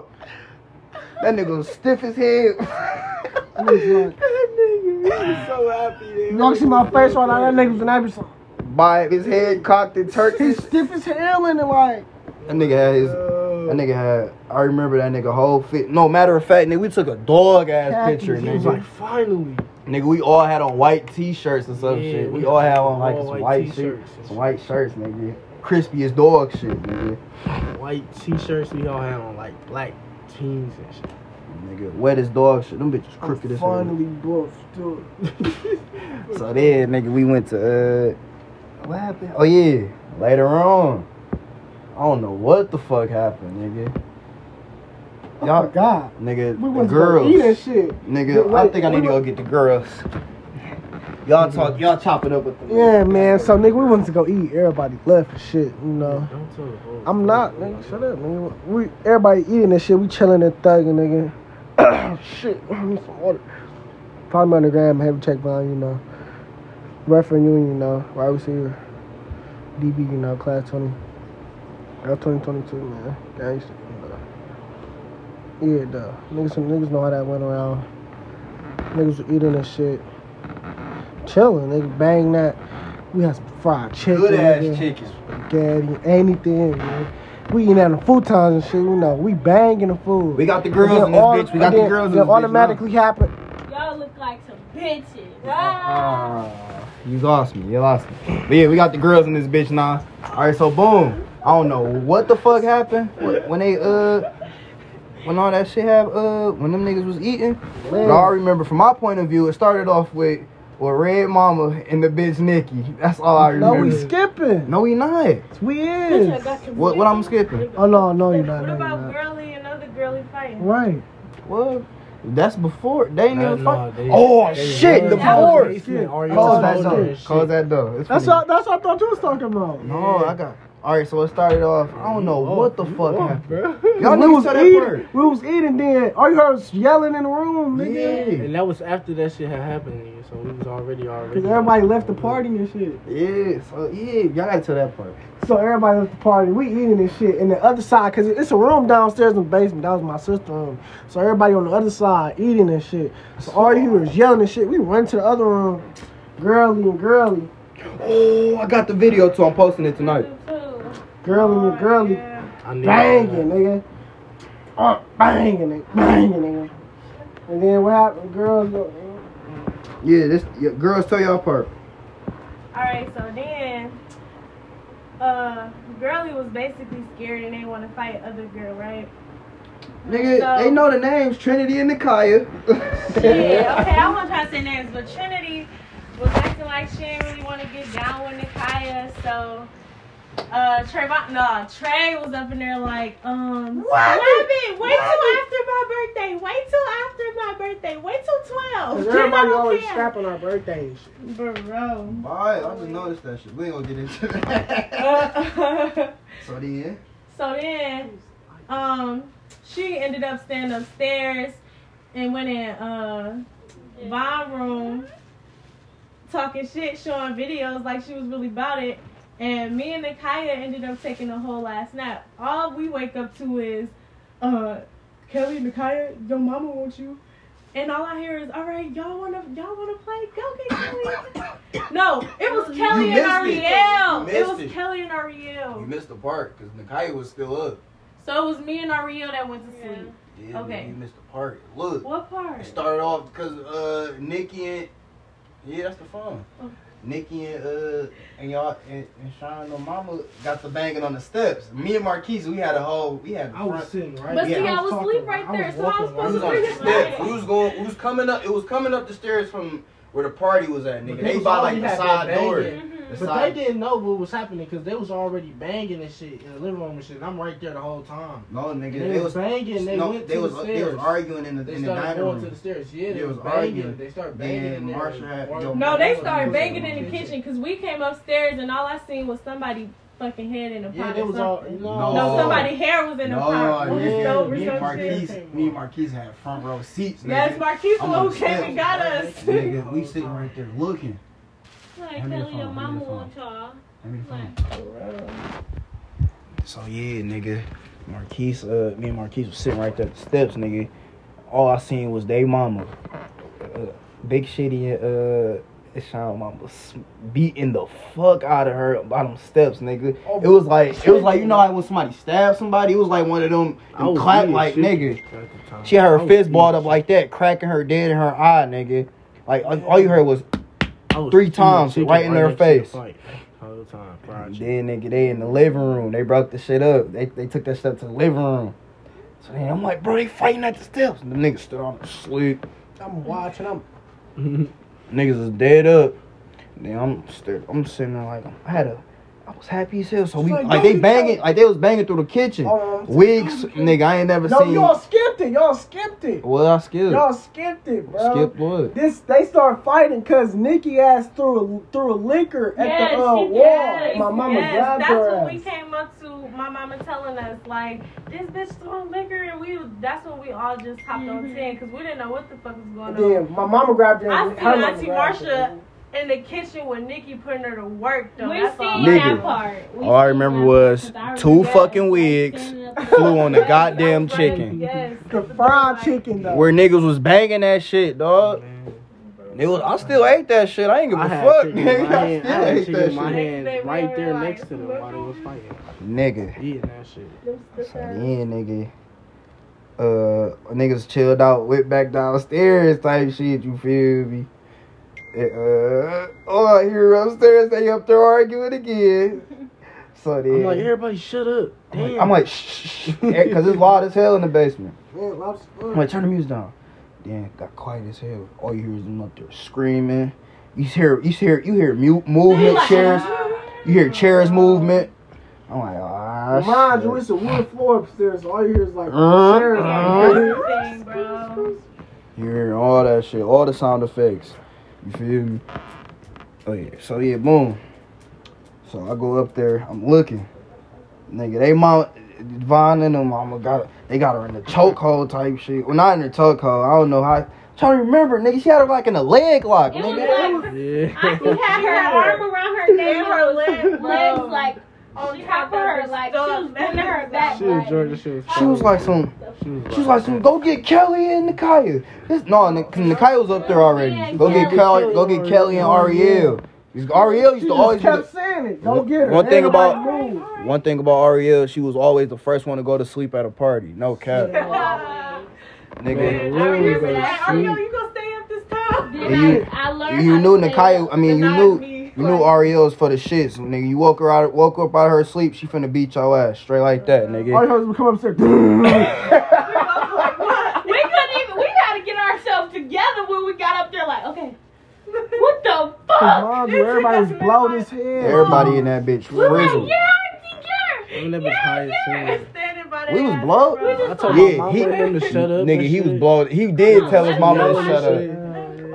S1: fuck. That nigga was stiff as hell.
S2: That nigga drunk.
S3: nigga, he was so happy.
S2: You don't see my face right now. That nigga was in that bitch. like,
S1: By his head cocked and
S2: He's
S1: turkish.
S2: stiff as hell in it, like.
S1: That nigga had his. That nigga had. I remember that nigga whole fit. No matter of fact, nigga, we took a dog ass
S2: Khakis,
S1: picture,
S2: he
S3: He was
S1: nigga.
S3: like, finally.
S1: nigga, we all had on white t-shirts and some
S3: Yeah,
S1: shit. We
S3: we
S1: all had
S3: had
S1: on like
S3: all
S1: some
S3: white
S1: white shirts,
S3: t-shirts and
S1: some white shirts, nigga. Crispy as dog shit, nigga.
S3: White t shirts, we all had on, like, black jeans and shit.
S1: Nigga, wet as dog shit. Them bitches crooked as hell.
S2: finally buffed up.
S1: So then, nigga, we went to uh,
S2: What happened?
S1: Oh yeah, later on. I don't know what the fuck happened, nigga.
S2: Oh,
S1: y'all-
S2: my God.
S1: Nigga,
S2: We
S1: the
S2: went to go
S1: girls.
S2: eat and shit.
S1: Nigga, I
S2: Wait, Mm-hmm.
S1: think I need to go get the girls. Y'all talk, y'all chop it up with them.
S2: Yeah, man. So, nigga, we went to go eat. Everybody left and shit, you know.
S3: Don't tell the whole
S2: I'm not,
S3: story,
S2: nigga.
S3: bro.
S2: Shut up, nigga. We everybody eating this shit. We chilling and thugging, nigga. shit, I need some water. Probably on the gram, heavy check behind, you know. Referring you, you know. Wide receiver, DB, you know, class twenty, uh, twenty twenty two, man. Gangster, you know. uh, Yeah, duh. Niggas, some niggas know how that went around. Niggas were eating this shit, chilling. Nigga, bang that. We had some fried chicken.
S1: Good
S2: nigga
S1: ass chickens.
S2: spaghetti, anything, man. We eating out the futons and shit, you know. We banging the food.
S1: We got the girls in this bitch. We got the girls in this bitch.
S2: It automatically happened.
S4: Y'all look like some bitches.
S1: Ah, you lost me. You lost me. But yeah, we got the girls in this bitch now. All right, so boom. I don't know what the fuck happened wh- when they uh when all that shit happened uh when them niggas was eating. But I remember from my point of view, it started off with with Red Mama and the bitch Nikki. That's all I
S2: No,
S1: remember.
S2: we skipping.
S1: No, we not.
S2: We
S4: Bitch, I
S2: is.
S4: got some
S1: What- what I'm skipping?
S2: Oh no, no, you're not.
S4: What
S2: No, you're
S4: about
S2: not.
S4: girly and other girly fighting?
S2: Right.
S1: Well, that's before they ain't
S3: Nah,
S1: even
S3: nah,
S1: fight.
S3: they-
S1: oh
S3: they-
S1: shit, the
S4: they- that was
S1: board.
S3: basement, or you
S1: Close
S2: was
S1: that
S2: older
S1: door.
S3: and shit.
S1: Close that door. It's
S2: That's
S1: funny.
S2: what. That's what I thought you was talking about.
S1: No, I got. All right, so it started off. I don't know
S3: Oh,
S1: what the
S3: you
S1: fuck
S3: off,
S1: happened.
S3: bro.
S1: Y'all
S2: we
S1: niggas
S2: was
S1: said that
S2: eating.
S1: word.
S2: We was eating. Then all you heard was yelling in the room, nigga.
S1: Yeah.
S3: And that was after that shit had happened, nigga. So we was already already.
S2: Cause everybody left the party and shit.
S1: Yeah. So yeah, y'all gotta tell that part.
S2: So everybody left the party. We eating and shit. And the other side, cause it's a room downstairs in the basement. That was my sister's room. So everybody on the other side eating and shit. So all you hear is yelling and shit. We run to the other room, girly and girly,
S1: Oh, I got the video too. I'm posting it tonight.
S2: girly
S4: Oh,
S2: and girly,
S3: I knew
S2: banging, nigga, uh, banging, nigga, banging, nigga. And then what happened? Girls, go,
S1: Yeah, this yeah, girls tell y'all part.
S4: Alright, so then uh girly was basically scared and they want to fight other girl, right?
S1: Nigga, they know the names Trinity and Nikaya.
S4: Yeah, okay, I won't try to say names, but Trinity was acting like she didn't really want to get down with Nikaya, so uh Trayvon no, Trey was up in there like, um
S1: What?
S4: "Stop it, wait till
S1: What?
S4: after my birthday, wait till after my birthday, wait till twelve.
S2: Cause
S4: Then I
S2: everybody
S4: don't
S2: always
S4: care."
S2: strapping our birthdays.
S4: Bro.
S1: Alright, I just noticed that shit. We ain't gonna get into that.
S4: Uh,
S1: so then,
S4: so then um she ended up staying upstairs and went in uh Von room talking shit, showing videos like she was really about it. And me and Nakaya ended up taking a whole last nap. All we wake up to is uh Kelly, Nakaya, your mama wants you. And all I hear is, all right, y'all wanna y'all wanna play? Go get Kelly. No, it was Kelly and
S1: missed it.
S4: Ariel.
S1: You
S4: It,
S1: missed
S4: was
S1: it.
S4: Kelly and
S1: you
S4: Ariel.
S1: missed the part because Nikaya was still up.
S4: So it was me and Ariel that went to sleep.
S1: Yeah,
S4: Okay.
S1: You missed the part. Look.
S4: What part?
S1: It started off because uh Nikki and yeah, that's the phone.
S4: Oh.
S1: Nikki and uh and y'all and, and Sean and Mama got the banging on the steps. Me and Marquise, we had a whole we had the
S3: I was
S1: front.
S3: sitting right.
S4: But
S1: Yeah,
S4: see,
S1: I
S4: I was asleep right there, so I was
S1: We
S4: supposed
S1: was
S4: to
S1: on
S4: bring
S1: the
S4: it
S1: steps.
S4: back.
S1: We was going. We was coming up. It was coming up the stairs from where the party was at, nigga.
S3: But
S1: They
S3: they
S1: by
S3: already
S1: like the
S3: had
S1: side
S3: that
S1: door.
S3: banging.
S1: The
S3: But
S1: side-
S3: they didn't know what was happening because they was already banging and shit in the living room and shit. And I'm right there the whole time.
S1: No, nigga.
S3: And they, was banging. They
S1: no,
S3: went
S1: they
S3: to
S1: was
S3: the
S1: they
S3: stairs.
S1: was arguing in the
S3: They
S1: in the
S3: started
S1: dining
S3: going to
S1: room.
S3: the stairs. Yeah,
S1: They
S3: they
S1: was
S3: was banging.
S1: arguing.
S3: They started
S1: Then
S3: banging. in there.
S1: Marsha had-
S3: Or-
S1: yo,
S4: No, they
S1: Marsha
S4: started
S1: was
S4: banging in the kitchen because we came upstairs and all I seen was somebody fucking head in a pot.
S3: Yeah,
S4: or
S3: they was all
S4: something.
S1: No.
S3: no.
S4: No, somebody's hair was in a pot.
S1: No,
S4: What was
S3: yeah,
S4: so-
S1: nigga.
S4: was
S1: Me
S4: so
S1: and
S4: shit?
S1: Marquise, me and Marquise had front row seats, nigga.
S4: That's Marquise
S1: I'm
S4: who
S1: on
S4: came
S1: steps.
S4: and got us.
S1: Nigga, we sitting right there looking.
S5: Like,
S1: Hand me the
S5: Kelly, your
S1: phone, hand me
S5: mama
S1: the phone.
S5: want y'all.
S1: Let me
S5: Like,
S1: So yeah, nigga. Marquise, uh, me and Marquise was sitting right there at the steps, nigga. All I seen was they mama, uh, big shitty and uh, Sean mama s- beating the fuck out of her by them steps, nigga. It was like it was like you know like when somebody stabs somebody, it was like one of them,
S3: I
S1: them
S3: was
S1: clap
S3: big,
S1: like
S3: shit.
S1: nigga.
S3: At the time.
S1: She had
S3: I
S1: her
S3: was
S1: fist balled up
S3: huge.
S1: like that, cracking her dead in her eye, nigga. Like all all you heard was
S3: I was
S1: three
S3: huge.
S1: times,
S3: She
S1: right
S3: came
S1: in her
S3: next to the
S1: face.
S3: fight. Whole time,
S1: then
S3: fried chicken.
S1: nigga they in the living room. They broke the shit up. They they took that stuff to the living room. So then I'm like, bro, they fighting at the steps. And the niggas stood on the sleep.
S2: I'm watching. I'm
S1: Niggas is dead up. Then I'm st- I'm sitting there like I had a I was happy as hell. So
S2: It's
S1: we
S2: like,
S1: like,
S2: yo,
S1: they
S2: you
S1: banging
S2: know-
S1: like they was banging through the kitchen.
S2: Oh, I'm so-
S1: Wigs, nigga, I ain't never
S2: No,
S1: seen.
S2: y'all skipped it. Y'all skipped it.
S1: What I skipped?
S2: Y'all skipped it, bro.
S1: Skipped what?
S2: This they start fighting because Nikki ass threw a, threw a liquor at
S4: yes,
S2: the uh,
S4: she-
S2: wall.
S4: yes,
S2: My mama
S4: yes.
S2: grabbed
S4: That's
S2: her
S4: when
S2: ass.
S4: we came up to my mama telling us like this bitch throwing liquor, and we that's when we all just hopped on
S5: Mhm.
S4: ten because we didn't know what the fuck was going
S2: And
S4: on.
S2: then my mama grabbed her.
S4: I
S2: and
S4: seen
S2: her mama
S4: Auntie
S2: grabbed her.
S4: Marsha in the kitchen with Nikki putting her to work though.
S5: We
S4: That's all
S5: seen
S4: I-
S1: Nigga.
S5: that part. We
S1: All I
S5: seen
S1: remember
S5: that
S1: was
S5: part, 'cause I
S1: two
S5: remember
S1: fucking
S5: us
S1: wigs
S5: standing up-
S1: flew on the
S4: Yes,
S1: goddamn
S4: that's right,
S1: chicken.
S4: Yes.
S2: The fried chicken though.
S1: Where niggas was banging that shit, dog.
S3: Man.
S1: It was, I still ate that shit. I ain't give a
S3: I had
S1: fuck,
S3: chicken in my
S1: nigga. I
S3: hand. I
S1: still
S3: had
S1: ate
S3: chicken in my
S1: that
S4: shit.
S3: hand right there next to them
S4: Look
S3: while they was
S4: over.
S3: fighting.
S1: shit. Nigga.
S3: Eating that shit.
S1: So then, nigga, uh, niggas chilled out, went back downstairs type shit. You feel me? And, uh, oh, I hear her upstairs. They up there arguing again. So then,
S3: I'm like, everybody shut up.
S1: I'm like-
S3: Damn.
S1: I'm like, shh, because it's loud as hell in the basement.
S2: Man, lobster-
S1: I'm like, turn the music down. Then it got quiet as hell. All you hear is them up there screaming. You hear, you hear, you hear mu- movement, chairs. You hear chairs movement. I'm like, ah,
S2: Mind you,
S1: shit.
S2: it's a wood floor upstairs. All you hear is like
S1: Uh,
S2: chairs.
S1: uh.
S4: Everything, bro.
S1: You hear all that shit, all the sound effects. You feel me? Oh yeah. So yeah, boom. So I go up there. I'm looking. Nigga, they mount Vaughn and them mama got they got her in the chokehold type shit. Well, not in the chokehold. I don't know how. trying to remember, nigga. She had her like in a leg lock.
S5: It
S1: nigga.
S5: was like I
S3: yeah.
S5: she had her arm around her neck
S4: And her leg,
S5: legs
S4: bro.
S5: like
S4: On
S5: on
S4: top
S5: top of her, like she was bending her back.
S3: She was
S5: like-
S3: Georgia. She was.
S1: She was like some. She was like some. Go get Kelly and Nikaya. This, no, Nik- Nikaya was up there already. Go get Kelly. Go get Kelly and Ariel. Ariel used
S2: She
S1: to
S2: just
S1: always. be the-
S2: kept saying it. Go get her.
S1: One thing
S2: Everybody
S1: about-
S2: move.
S1: One thing about Ariel, she was always the first one to go to sleep at a party. No cap, nigga.
S3: Man.
S4: Uh, I remember that.
S3: Ooh,
S4: Ariel, you gonna stay up this time?
S5: Then
S1: You-
S5: I, I learned
S1: You
S5: how
S1: knew
S5: to say-
S1: Nakaya. I mean, you
S4: Denies
S1: knew
S4: me.
S1: you knew Ariel's for the shits, nigga. You woke her out, woke up out of her sleep. She finna beat your ass straight like that,
S2: All you
S1: nigga.
S2: heard was come upstairs.
S5: We couldn't even. We had to get ourselves together when we got up there. Like, okay, what the fuck?
S2: Mind you, everybody was blowed as hell.
S1: Everybody in that bitch
S5: We were like,
S1: frizzled.
S5: yeah, I
S3: I mean, that was high as hell.
S4: Standing by
S1: We
S4: that
S1: was
S4: ass,
S1: blowed.
S4: bro.
S3: I told
S1: Yeah,
S3: my mama
S1: he-
S3: and them to shut up.
S1: Nigga,
S3: and
S1: he was
S3: shit.
S1: blowing. He did tell his
S5: Let
S1: mama
S5: me
S1: to
S5: know
S1: shut
S5: when
S1: up.
S3: I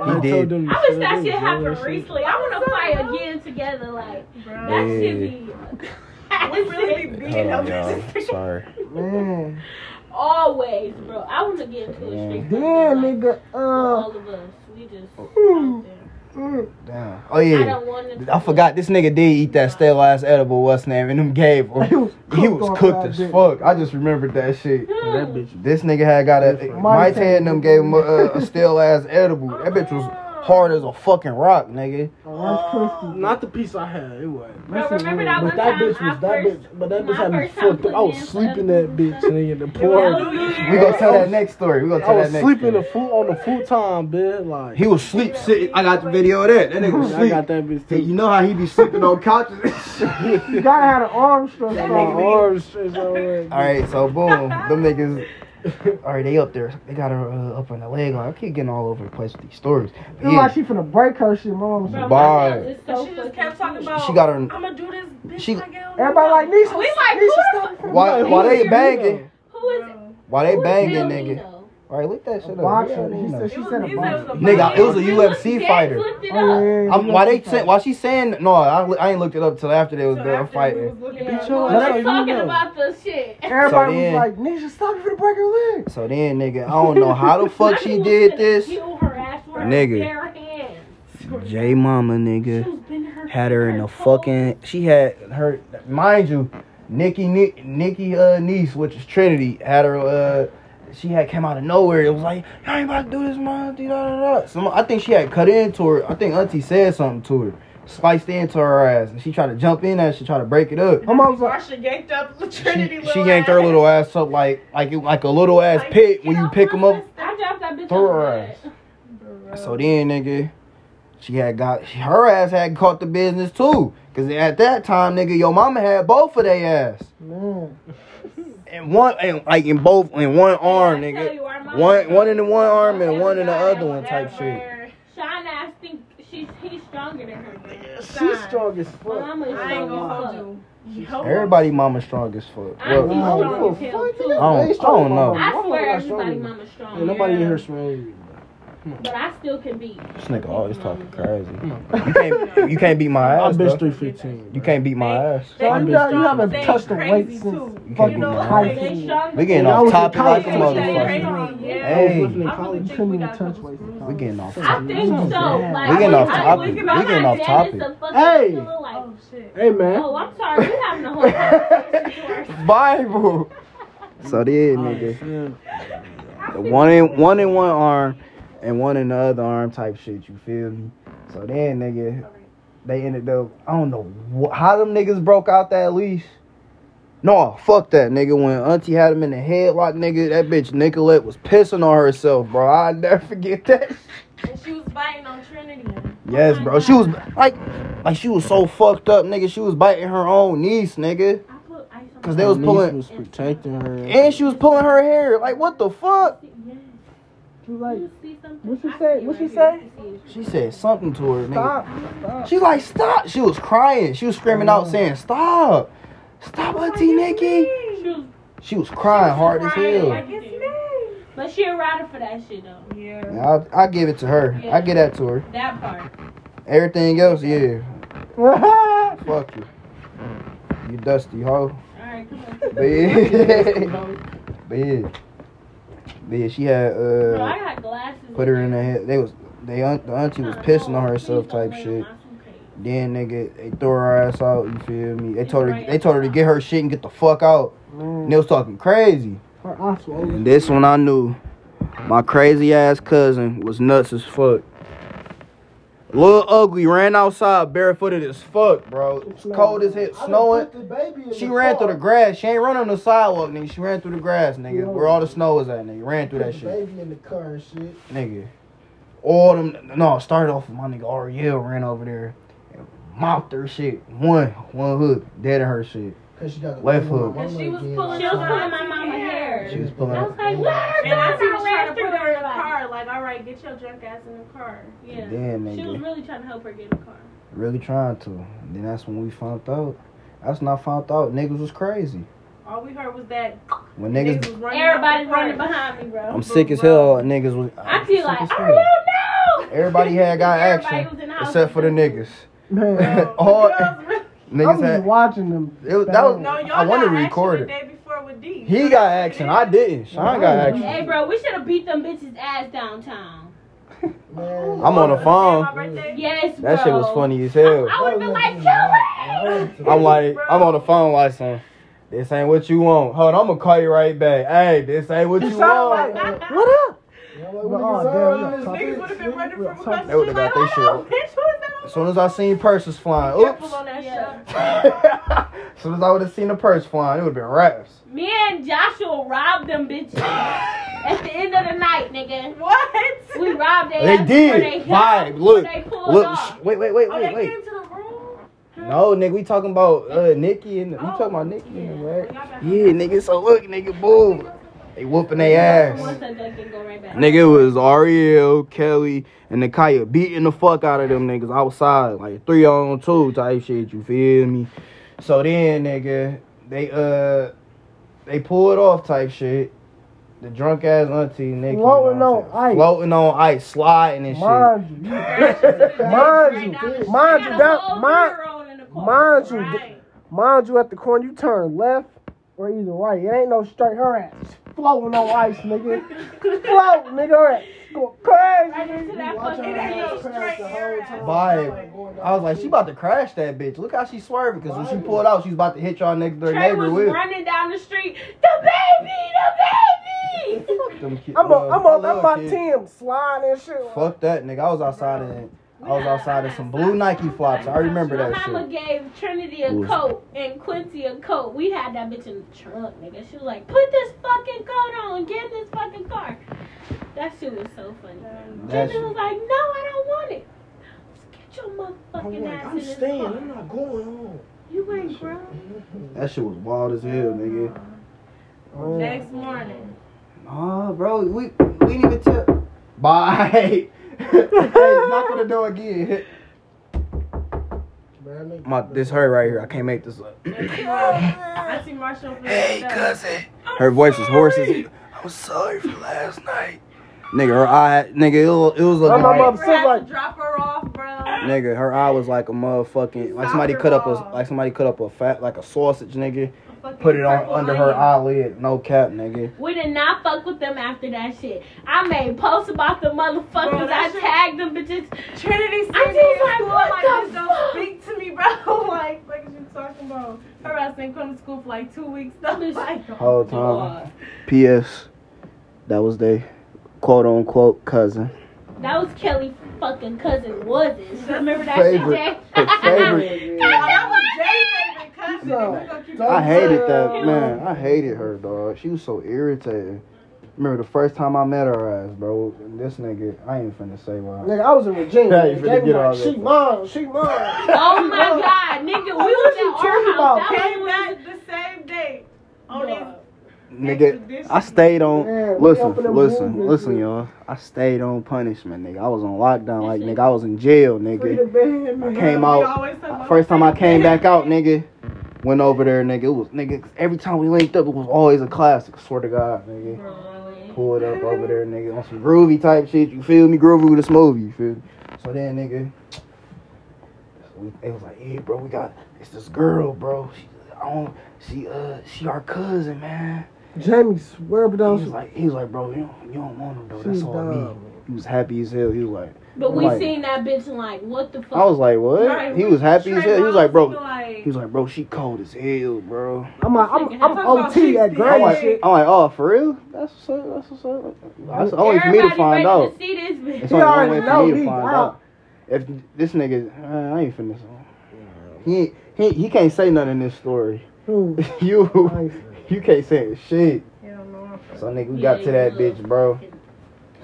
S1: He
S3: told
S1: did.
S3: them to
S5: I wish
S3: shut up. They was
S5: that shit
S3: blowing
S5: happened
S3: that shit.
S5: recently. I want to fight again together. Like
S4: Bro.
S5: that should
S1: Yeah.
S5: be
S4: We really be beating up
S1: Hold on, y'all. Sorry.
S2: Man.
S5: always, bro. I want to get into a
S1: Damn,
S5: street.
S2: Damn,
S5: like,
S2: nigga. Uh,
S5: all of us. We just.
S2: Mm.
S5: out there.
S2: mm.
S1: Damn. Oh
S5: I
S1: yeah.
S5: don't want to.
S1: I forgot this nigga did eat that stale ass edible. What's name? And them gave him.
S2: He was
S1: He
S2: cooked
S1: was
S2: off
S1: cooked
S2: that
S1: as
S2: bitch.
S1: fuck. I just remembered that shit.
S3: That bitch.
S1: This nigga had got a my
S2: Mike
S1: and them gave him a, a stale ass edible. That bitch was hard as a fucking rock, nigga.
S2: Oh, that's
S3: Not the piece I had. It was.
S5: Bro, remember that
S3: But
S5: one
S3: that
S5: time
S3: bitch was
S5: I
S3: that
S5: first,
S3: bitch. But that bitch
S5: my
S3: had me
S5: first time
S3: fucked up. I was
S5: putting in
S3: sleeping that
S5: food.
S3: bitch, nigga. The
S4: It was
S3: poor.
S4: New Year's.
S1: We gonna tell that next story. We gonna
S3: I
S1: tell
S3: was
S1: that next.
S3: sleeping the
S1: Story.
S3: food on the full time bed. Like
S1: He was sleep sitting. I got the video of that. That nigga was
S3: I
S1: sleep.
S3: got that bitch
S1: Hey, you
S3: too.
S1: know how he be sleeping on couches and shit.
S2: You gotta have an arm stretched
S3: My
S2: out.
S3: arms stretched out like
S1: All right, so boom, them niggas. All right, they up there. They got her uh, up on the leg. Like, I keep getting all over the place with these stories.
S2: It's
S1: Yeah,
S2: like she finna break her shit, mom.
S5: Bro, my
S1: Bye.
S5: nails is so
S4: She just
S5: fucking
S4: kept talking
S5: huge.
S4: about.
S1: she got her.
S4: I'm gonna do this. Bitch,
S1: She-
S4: when I get on the
S2: Everybody like,
S4: road."
S2: Nisha,
S5: We like,
S2: Nisha,
S5: who
S2: stop
S5: the-
S2: from
S1: Why?
S2: the
S1: Why
S2: back.
S1: they banging?
S5: Who is it?
S1: Why they
S5: Who is
S1: banging,
S5: Bill
S1: nigga?
S5: Nino?
S1: All right, look that
S2: A
S1: shit up. Yeah,
S2: boxer.
S1: I
S2: He
S1: don't know.
S2: said she said
S4: It
S2: a
S4: was-
S2: boxer.
S4: it was
S1: Nigga, it was a
S5: We
S1: UFC
S5: looked-
S1: fighter.
S5: Jack looked it
S2: Oh,
S5: up.
S2: yeah,
S1: I'm,
S2: he
S1: why
S2: got
S1: they
S2: some
S1: saying? Why she saying? No, I, I ain't looked it up till after they was
S4: So
S1: done
S4: after we
S1: fighting.
S4: was looking
S5: Yeah,
S4: at
S5: we
S4: her,
S2: up.
S5: were
S2: That's how you
S5: talking
S2: know.
S5: about the shit.
S2: Everybody
S1: So
S2: was
S1: then-
S2: like, Nisha, stop, you finna break her leg.
S1: So then, nigga, I don't know how the fuck she did this.
S5: Heal her ass with her
S1: Nigga.
S5: bare hands.
S1: J Mama,
S5: She
S1: nigga,
S5: was bending her
S1: had her in
S5: her
S1: a fucking. She had her, mind you, Nikki, Ni- Nikki, uh, niece, which is Trinity, had her. uh She had came out of nowhere. It was like, y'all ain't about to do this, man. Da, da, da. Some, I think she had cut into her. I think Auntie said something to her, sliced into her ass, and she tried to jump in and she tried to break it up.
S2: My mom's like,
S4: Marsha yanked up Trinity.
S1: She, she
S4: little
S1: yanked her
S4: ass.
S1: little ass up like like it, like a little ass
S4: Like,
S1: pit
S5: You
S1: when you
S5: know,
S1: pick them
S5: my
S1: up.
S5: sister- I dropped that bitch
S1: Throw
S5: on
S1: her
S5: her
S1: ass. So then, nigga, she had got she- her ass had caught the business too. Cause at that time, nigga, your mama had both of their ass
S2: man.
S1: and one and like in both in one arm,
S5: I tell
S1: nigga.
S5: you, our mom-
S1: One one in the one arm and one in the
S5: Everybody
S1: other one type
S5: had
S1: shit.
S5: Shine ass just think she's he's stronger than her. bro.
S2: She's strong as
S5: My
S2: fuck.
S5: mama is
S4: I ain't
S5: strong
S4: gonna
S5: as
S4: hold
S5: fuck.
S4: you.
S1: Everybody mama strong as fuck.
S5: I
S1: Well,
S5: think
S2: Wow.
S5: strong
S2: Fuck,
S5: as hell
S2: nigga.
S5: too.
S1: don't-
S2: They strong
S1: I don't
S2: as my
S1: know.
S2: mama. My
S5: I
S2: mama
S5: swear
S2: got stronger
S5: everybody
S2: than me.
S5: mama strong.
S2: Ain't nobody in
S4: Yeah.
S2: here strong than me, bro.
S5: But I still can beat.
S1: this nigga always talking crazy.
S3: Come on,
S1: You can't, you can't beat my
S3: I
S1: ass.
S3: bitch
S1: Though.
S3: three fifteen.
S1: You can't beat my ass.
S4: They
S2: I'm
S4: be
S2: not- you
S4: strong,
S2: haven't
S4: they
S2: touched the
S4: crazy
S2: weight since
S4: too.
S1: You
S2: fucking
S1: can't beat
S4: know,
S1: my
S2: high
S1: ass.
S5: They
S2: school.
S5: strong.
S1: We getting
S2: I
S1: off
S2: was in
S1: topic like
S2: college
S1: a
S2: when she was
S1: motherfucker.
S2: pregnant.
S4: Yeah.
S1: Hey.
S4: I really
S3: college.
S4: think
S2: couldn't
S4: we
S2: even
S4: got a
S2: touch
S4: couple
S2: weight.
S4: screws.
S1: We getting off
S5: I
S1: topic.
S5: think so.
S2: Yeah.
S5: Like,
S1: We getting
S5: I
S1: off
S5: was
S1: topic.
S5: looking
S1: We
S5: at
S1: getting
S5: my
S1: off
S5: dad
S1: topic.
S5: and stuff,
S2: Hey.
S5: and look like,
S4: Oh shit.
S2: Hey man.
S5: Oh, I'm sorry. We're having a whole conversation. You are-
S1: Bible. So then, nigga, the one in one in one arm and one in the other arm type shit. You feel me? So then, nigga, they ended up. I don't know wh- how them niggas broke out that leash. No, fuck that nigga. When Auntie had him in the headlock, nigga, that bitch Nicolette was pissing on herself, bro. I never forget that.
S4: And she was biting on Trinity.
S1: Yes,
S5: my
S1: bro. She was like, like she was so fucked up, nigga. She was biting her own niece, nigga,
S5: I put ice on
S1: cause
S5: my-
S1: they was pulling,
S3: was protecting her.
S1: and she was pulling her hair. Like, what the fuck?
S5: Yes.
S2: You like
S5: You see something?
S2: what she
S5: I
S2: say?
S5: see
S2: What
S5: right
S2: she
S5: here.
S2: say?
S5: You can see it.
S1: She said something to her. Nigga.
S2: stop, stop.
S1: She like stop. She was crying. She was screaming out, saying stop, stop, Auntie Nikki.
S5: She was-
S1: She was crying hard as hell.
S4: Like it's me.
S5: But she a rider for that shit though.
S4: Yeah.
S1: Yeah, I I give it to her. I give that to her.
S5: That part.
S1: Everything else, yeah,
S2: Why
S1: fuck you. You dusty hoe.
S5: All right, come on.
S1: But yeah, but yeah, but yeah. She had
S5: Bro, I
S1: uh
S5: got glasses. Oh,
S1: put her in the head. They was they aunt, the auntie was pissing on herself type shit. Then nigga, they throw her ass out. You feel me? They told her they told her to get her shit and get the fuck out. And they was talking crazy.
S2: Her eyes swollen.
S1: And this one I knew. My crazy ass cousin was nuts as fuck. Little ugly ran outside barefooted as fuck, bro. It's cold as hell, snowing. She ran through the grass. She ain't run on the sidewalk, nigga. She ran through the grass, nigga. Where all the snow is at, nigga. Ran through that shit,
S2: Baby in the car and shit.
S1: nigga. All them, no, started off with my nigga Ariel ran over there and mopped her shit. One, one hook, dead in her shit.
S2: Cause she got a
S1: Left
S2: baby in
S1: hook.
S2: my
S4: And she was
S2: mama
S4: pulling
S5: She
S2: again.
S5: was pulling my mama hair.
S1: She was pulling
S5: I
S1: up.
S5: was like, what are
S4: And I see
S5: you
S4: was trying to
S5: doing?
S4: put her in the
S5: Like,
S4: car. Like, all right, get your drunk ass in the car.
S5: Yeah.
S1: Damn,
S5: She was
S1: nigga.
S5: really trying to help her get a car.
S1: Really trying to. And then that's when we found out. That's when I found out niggas was crazy.
S4: All we heard was that
S1: When
S4: niggas,
S1: niggas,
S4: was running. out
S5: Everybody
S4: the car.
S5: running behind me, bro.
S1: I'm sick as hell. Niggas was.
S5: I
S1: I'm
S5: feel
S1: sick
S5: like,
S1: as
S5: oh,
S1: hell.
S5: you know.
S1: Everybody had got
S5: Everybody was in
S1: action
S5: the house
S1: except for the
S5: with them.
S1: niggas.
S2: Man,
S4: Bro,
S1: All-
S4: girls really-
S1: Niggas
S2: I'm just
S1: had.
S2: watching them.
S1: It was, that was.
S4: No, y'all
S1: I want to
S4: got action
S1: record
S4: the
S1: it.
S4: day before with D.
S1: He got action. I didn't. Sean got action.
S5: Hey, bro, we should have beat them bitches' ass downtown.
S2: Man,
S1: I'm
S4: Oh,
S1: on the phone.
S4: My birthday?
S5: Yes, bro.
S1: That shit was funny as
S5: I,
S1: hell.
S5: would have been like, kill me.
S1: I'm like, I'm on the phone like some. This ain't what you want. Hold on, I'm gonna call you right back. Hey, this ain't what you want.
S2: what up?
S1: oh,
S4: Niggas would have been running from across the
S1: They would've
S4: street
S1: got
S4: like,
S1: their shit.
S4: hold on, bitch, who is that?
S1: As soon as I seen purses flying, oops.
S4: Careful on that
S5: Yeah.
S4: shit.
S1: as soon as I would have seen the purse flying, it would have been raps.
S5: Me and Joshua robbed them bitches at the end of the night, nigga.
S4: What? Oh,
S5: We robbed their
S1: They
S5: asses before
S1: did.
S5: They
S1: Vibe.
S5: before
S1: Look.
S5: They pulled
S1: Look.
S5: off.
S1: sh- Wait, wait, wait,
S4: Oh, they
S1: wait, wait.
S4: came to the room?
S1: No, nigga, we talking about uh Nikki and we talking about Nikki and
S4: Oh,
S1: the rap. Yeah, nigga. So look, nigga, boom. They whooping their ass.
S5: Once I duck and go right back.
S1: Nigga, it was Ariel, Kelly, and Nakaya beating the fuck out of them niggas outside, like three on two type shit. You feel me? So then, nigga, they uh, they pulled off type shit. The drunk ass auntie, nigga, you know
S2: Floating
S1: what I'm
S2: on
S1: saying?
S2: ice.
S1: floating on ice, sliding and shit.
S2: Mind you, mind you, mind you, that, mind, mind you,
S4: Right.
S2: mind you, at the corner you turn left or either right. It ain't no straight. Her ass floating on ice, nigga. Float, nigga. Her ass going
S5: Right
S2: crazy.
S5: into that
S2: Watch
S5: fucking
S2: her
S4: ass
S5: bitch.
S2: ass crash the whole
S1: Vibe.
S2: time.
S1: I was like, she about to crash that bitch. Look how she swerving, because when she pulled out, she was about to hit y'all next door
S5: Trey
S1: neighbor
S5: was
S1: with.
S5: running down the street. The baby, the baby.
S1: Them ki-
S2: I'm on, I'm
S1: I
S2: on,
S1: love
S2: I'm on
S1: kids.
S2: team sliding and shit.
S1: Fuck that, nigga. I was outside in, I was outside in some blue Nike flops. I remember
S5: My
S1: that
S5: mama
S1: shit.
S5: gave Trinity a
S1: Ooh.
S5: coat and Quincy a coat. We had that bitch in the truck, nigga. She was like, "Put this fucking coat on. Get in this fucking car." That shit was so funny.
S1: That
S5: Trinity
S1: shit.
S5: was like, "No, I don't want it. Get your motherfucking ass in
S3: I'm
S5: this
S3: staying.
S5: car.
S3: I'm not going home.
S5: You ain't grown."
S1: That shit was wild as hell, nigga.
S4: Next morning.
S1: Oh, bro, we we didn't even tell. Bye. hey, knock on the door again.
S2: Man, I make-
S1: My this her right here. I can't make this up. Oh.
S4: I see Marshall. for
S1: Hey,
S4: the-
S1: cousin. Her voice was hoarse. as- I'm sorry for last night. Nigga, her eye, nigga, it was, it was
S2: Oh,
S1: looking
S2: my
S1: like,
S2: mother-
S4: Bro, I had to drop her off, bro.
S1: nigga, her eye was like a motherfucking, like somebody
S4: Soccer
S1: cut up a,
S4: ball.
S1: like somebody cut up a fat, like a sausage, nigga.
S4: Fucking
S1: Put it on
S4: purple
S1: under her
S4: onion.
S1: eyelid, no cap, nigga.
S5: We did not fuck with them after that shit. I made posts about the motherfuckers.
S4: Bro, that
S5: I
S4: shit-
S5: tagged them bitches.
S4: Trinity oh said
S5: I just
S4: it
S5: like,
S4: school
S5: what
S4: like
S5: the
S4: this don't
S5: fuck?
S4: speak to me, bro. like, what is you talking about? Her ass ain't come to school for like two weeks. though.
S5: Bitch.
S4: Like,
S1: Whole time.
S5: God.
S1: P.S. That was they quote unquote cousin.
S5: That was Kelly fucking cousin was it? Remember that
S1: Favorite.
S5: shit, Jay?
S1: Her favorite.
S5: Kelly
S4: Yeah, that was
S5: wasn't
S4: Jay's favorite cousin.
S2: No.
S4: We gonna keep-
S1: I hated that
S5: Damn.
S1: man. I hated her, dog. She was so irritating. Remember the first time I met her ass, bro. This nigga, I ain't finna say why.
S2: Nigga, I was in Virginia.
S1: Yeah, you finna
S2: nigga. They was
S1: get all
S2: like,
S1: that.
S2: she mine, she mine.
S5: Oh my god, nigga, we
S2: What
S5: was
S2: you
S5: at our
S2: talking
S5: house.
S2: about?
S5: That
S4: Came
S5: was
S4: back the same day. On his
S1: Nigga, I stayed on.
S2: Yeah, we
S1: listen,
S2: open them
S1: listen,
S2: movies,
S1: listen,
S2: nigga.
S1: y'all. I stayed on punishment, nigga. I was on lockdown, like nigga. I was in jail,
S2: Free
S1: nigga.
S2: the band,
S1: I
S2: man.
S1: came
S4: We
S1: out.
S4: always talk about-
S1: First time I came back out, nigga, went over there, nigga. It was nigga. Every time we linked up, it was always a classic. Swear to God, nigga. Pulled up over there, nigga, on some groovy type shit. You feel me? Groovy with a smoothie. You feel me? So then, nigga, we, they was like, "Hey, bro, we got it's this girl, bro. She, I don't, she, uh, she our cousin, man."
S2: Jamie swear but
S1: He
S2: those
S1: was like, "He was like, bro, you don't, you don't want him though. That's
S2: She's
S1: all me."
S2: dumb.
S1: He was happy as hell. He was like,
S5: But we
S1: Like-
S5: seen that bitch and like, what the fuck?
S1: "I was like, what?"
S4: Right,
S1: He was happy as
S4: Trey
S1: hell. He was like,
S4: Brown
S1: "Bro."
S4: like-
S1: He was like, bro, she cold as hell, bro.
S2: I'm like, I'm, I'm
S5: Talk
S4: about
S2: OT at
S1: I'm
S4: cheap Right.
S2: grade
S1: like,
S2: shit.
S1: I'm like, oh, for real? That's what's up. That's what's up. That's the only for me
S5: Everybody
S1: to find
S5: ready
S1: out.
S5: To see this bitch.
S1: It's
S2: He
S1: only one
S2: already
S1: way for
S2: know
S1: me to
S2: me,
S1: find
S2: wow.
S1: out. If this nigga, uh, I ain't finna. He he he can't say nothing in this story.
S2: Hmm.
S1: you
S2: Nice.
S1: you can't say shit.
S4: Hell no.
S1: So nigga, we
S5: Yeah,
S1: got to that
S5: you
S1: bitch,
S5: look
S1: bro.
S5: fucking-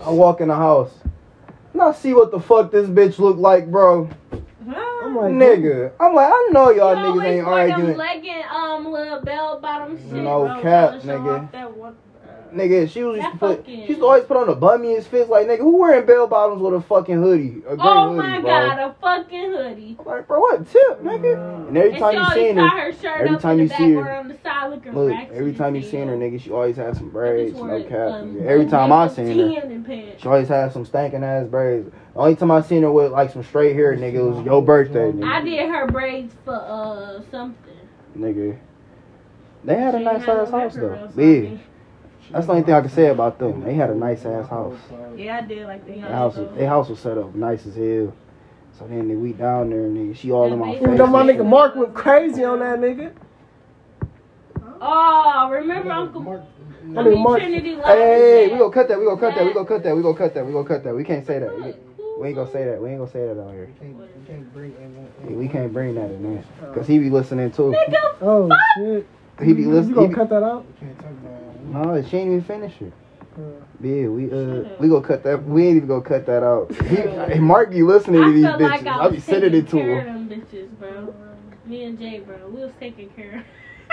S1: I walk in the house, and I see what the fuck this bitch look like, bro.
S2: I'm
S4: Huh?
S2: like,
S1: Nigga, I'm like, I know y'all
S5: You
S1: niggas
S5: always
S1: ain't
S5: wear them
S1: arguing.
S5: Legging, um, little bell bottom shit.
S1: No
S4: Bro,
S1: cap,
S4: gotta show
S1: nigga.
S4: off that one-
S1: Nigga, she was used to
S5: That
S1: put,
S5: fucking-
S1: she used to always put on the bummiest fits. Like, nigga, who wearing bell bottoms with a fucking hoodie? A green
S5: Oh
S1: hoodie,
S5: my
S1: bro.
S5: god, a fucking hoodie.
S1: I'm like, bro, what tip, nigga? And every
S5: And
S1: time
S5: she
S1: you
S5: always
S1: seen
S5: tie
S1: her,
S5: her shirt
S1: every
S5: up
S1: time
S5: in
S1: you
S5: the
S1: see
S5: back
S1: her-
S5: or on the side looking
S1: look,
S5: ratchet
S1: every
S5: and
S1: time you
S5: shit.
S1: seen her, nigga, she always had some
S5: Bitch
S1: braids, no
S5: wore,
S1: cap.
S5: um,
S1: nigga. Every time I seen her,
S5: tan and pants.
S1: she always had some stankin' ass braids. The only time I seen her with like some straight hair, nigga, it was your birthday, nigga.
S5: I did her braids for uh something.
S1: nigga. They had a
S4: She
S1: nice
S4: had
S1: ass
S4: a
S1: house
S4: leopard
S1: though.
S4: or
S1: Big.
S4: something.
S1: That's the only thing I can say about them. They had a nice ass house.
S4: Yeah, I did like the
S1: Their house, was, their house was set up nice as hell. So then nigga, we down there, nigga. She all in my face.
S5: Even
S2: Even though my
S1: and
S2: nigga Mark went crazy on that nigga.
S5: Oh, remember Uncle
S3: Mark,
S2: I
S5: I mean,
S2: mean, Mark-
S5: Trinity Lodge.
S1: Hey, we gonna cut that. We gonna cut that. We gonna cut that. We gonna cut that. We gonna cut that. We can't say that. We, we ain't gonna say that. We ain't gonna say that out here. Yeah, We can't bring that in there, cause he be listening too.
S5: Nigga,
S2: Oh shit.
S1: He be
S2: You- You
S1: listening.
S2: gonna
S1: He be,
S2: cut that out?
S1: no, she ain't even finish it. Yeah, we uh, we gonna cut that. We ain't even gonna cut that out. He, Mark be listening to
S5: I
S1: these
S5: felt like
S1: bitches.
S5: I
S1: I
S5: was
S1: be sending
S5: taking
S1: it to
S5: care
S1: him.
S5: of them bitches, bro. Me and Jay, bro, we was taking care of.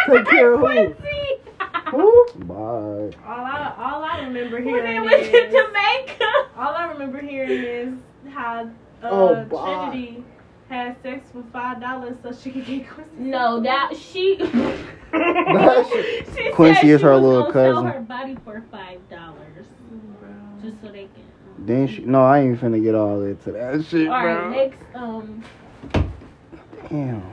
S2: Take care of who?
S5: Quincy.
S1: Bye.
S4: All I all I remember
S5: when they
S4: hearing
S5: went
S4: is
S5: to Jamaica.
S4: all I remember hearing is how uh,
S2: Oh, bye.
S4: Trinity had sex for five dollars so she could get Christmas.
S5: No, that she. she
S1: Quincy
S5: said
S1: is
S5: she
S1: her
S5: was
S1: little
S5: gonna
S1: cousin.
S5: Sell her body for five dollars, just so they can.
S1: Then she, no, I ain't finna get all into that shit,
S5: All right,
S1: bro.
S5: next. Um,
S1: Damn.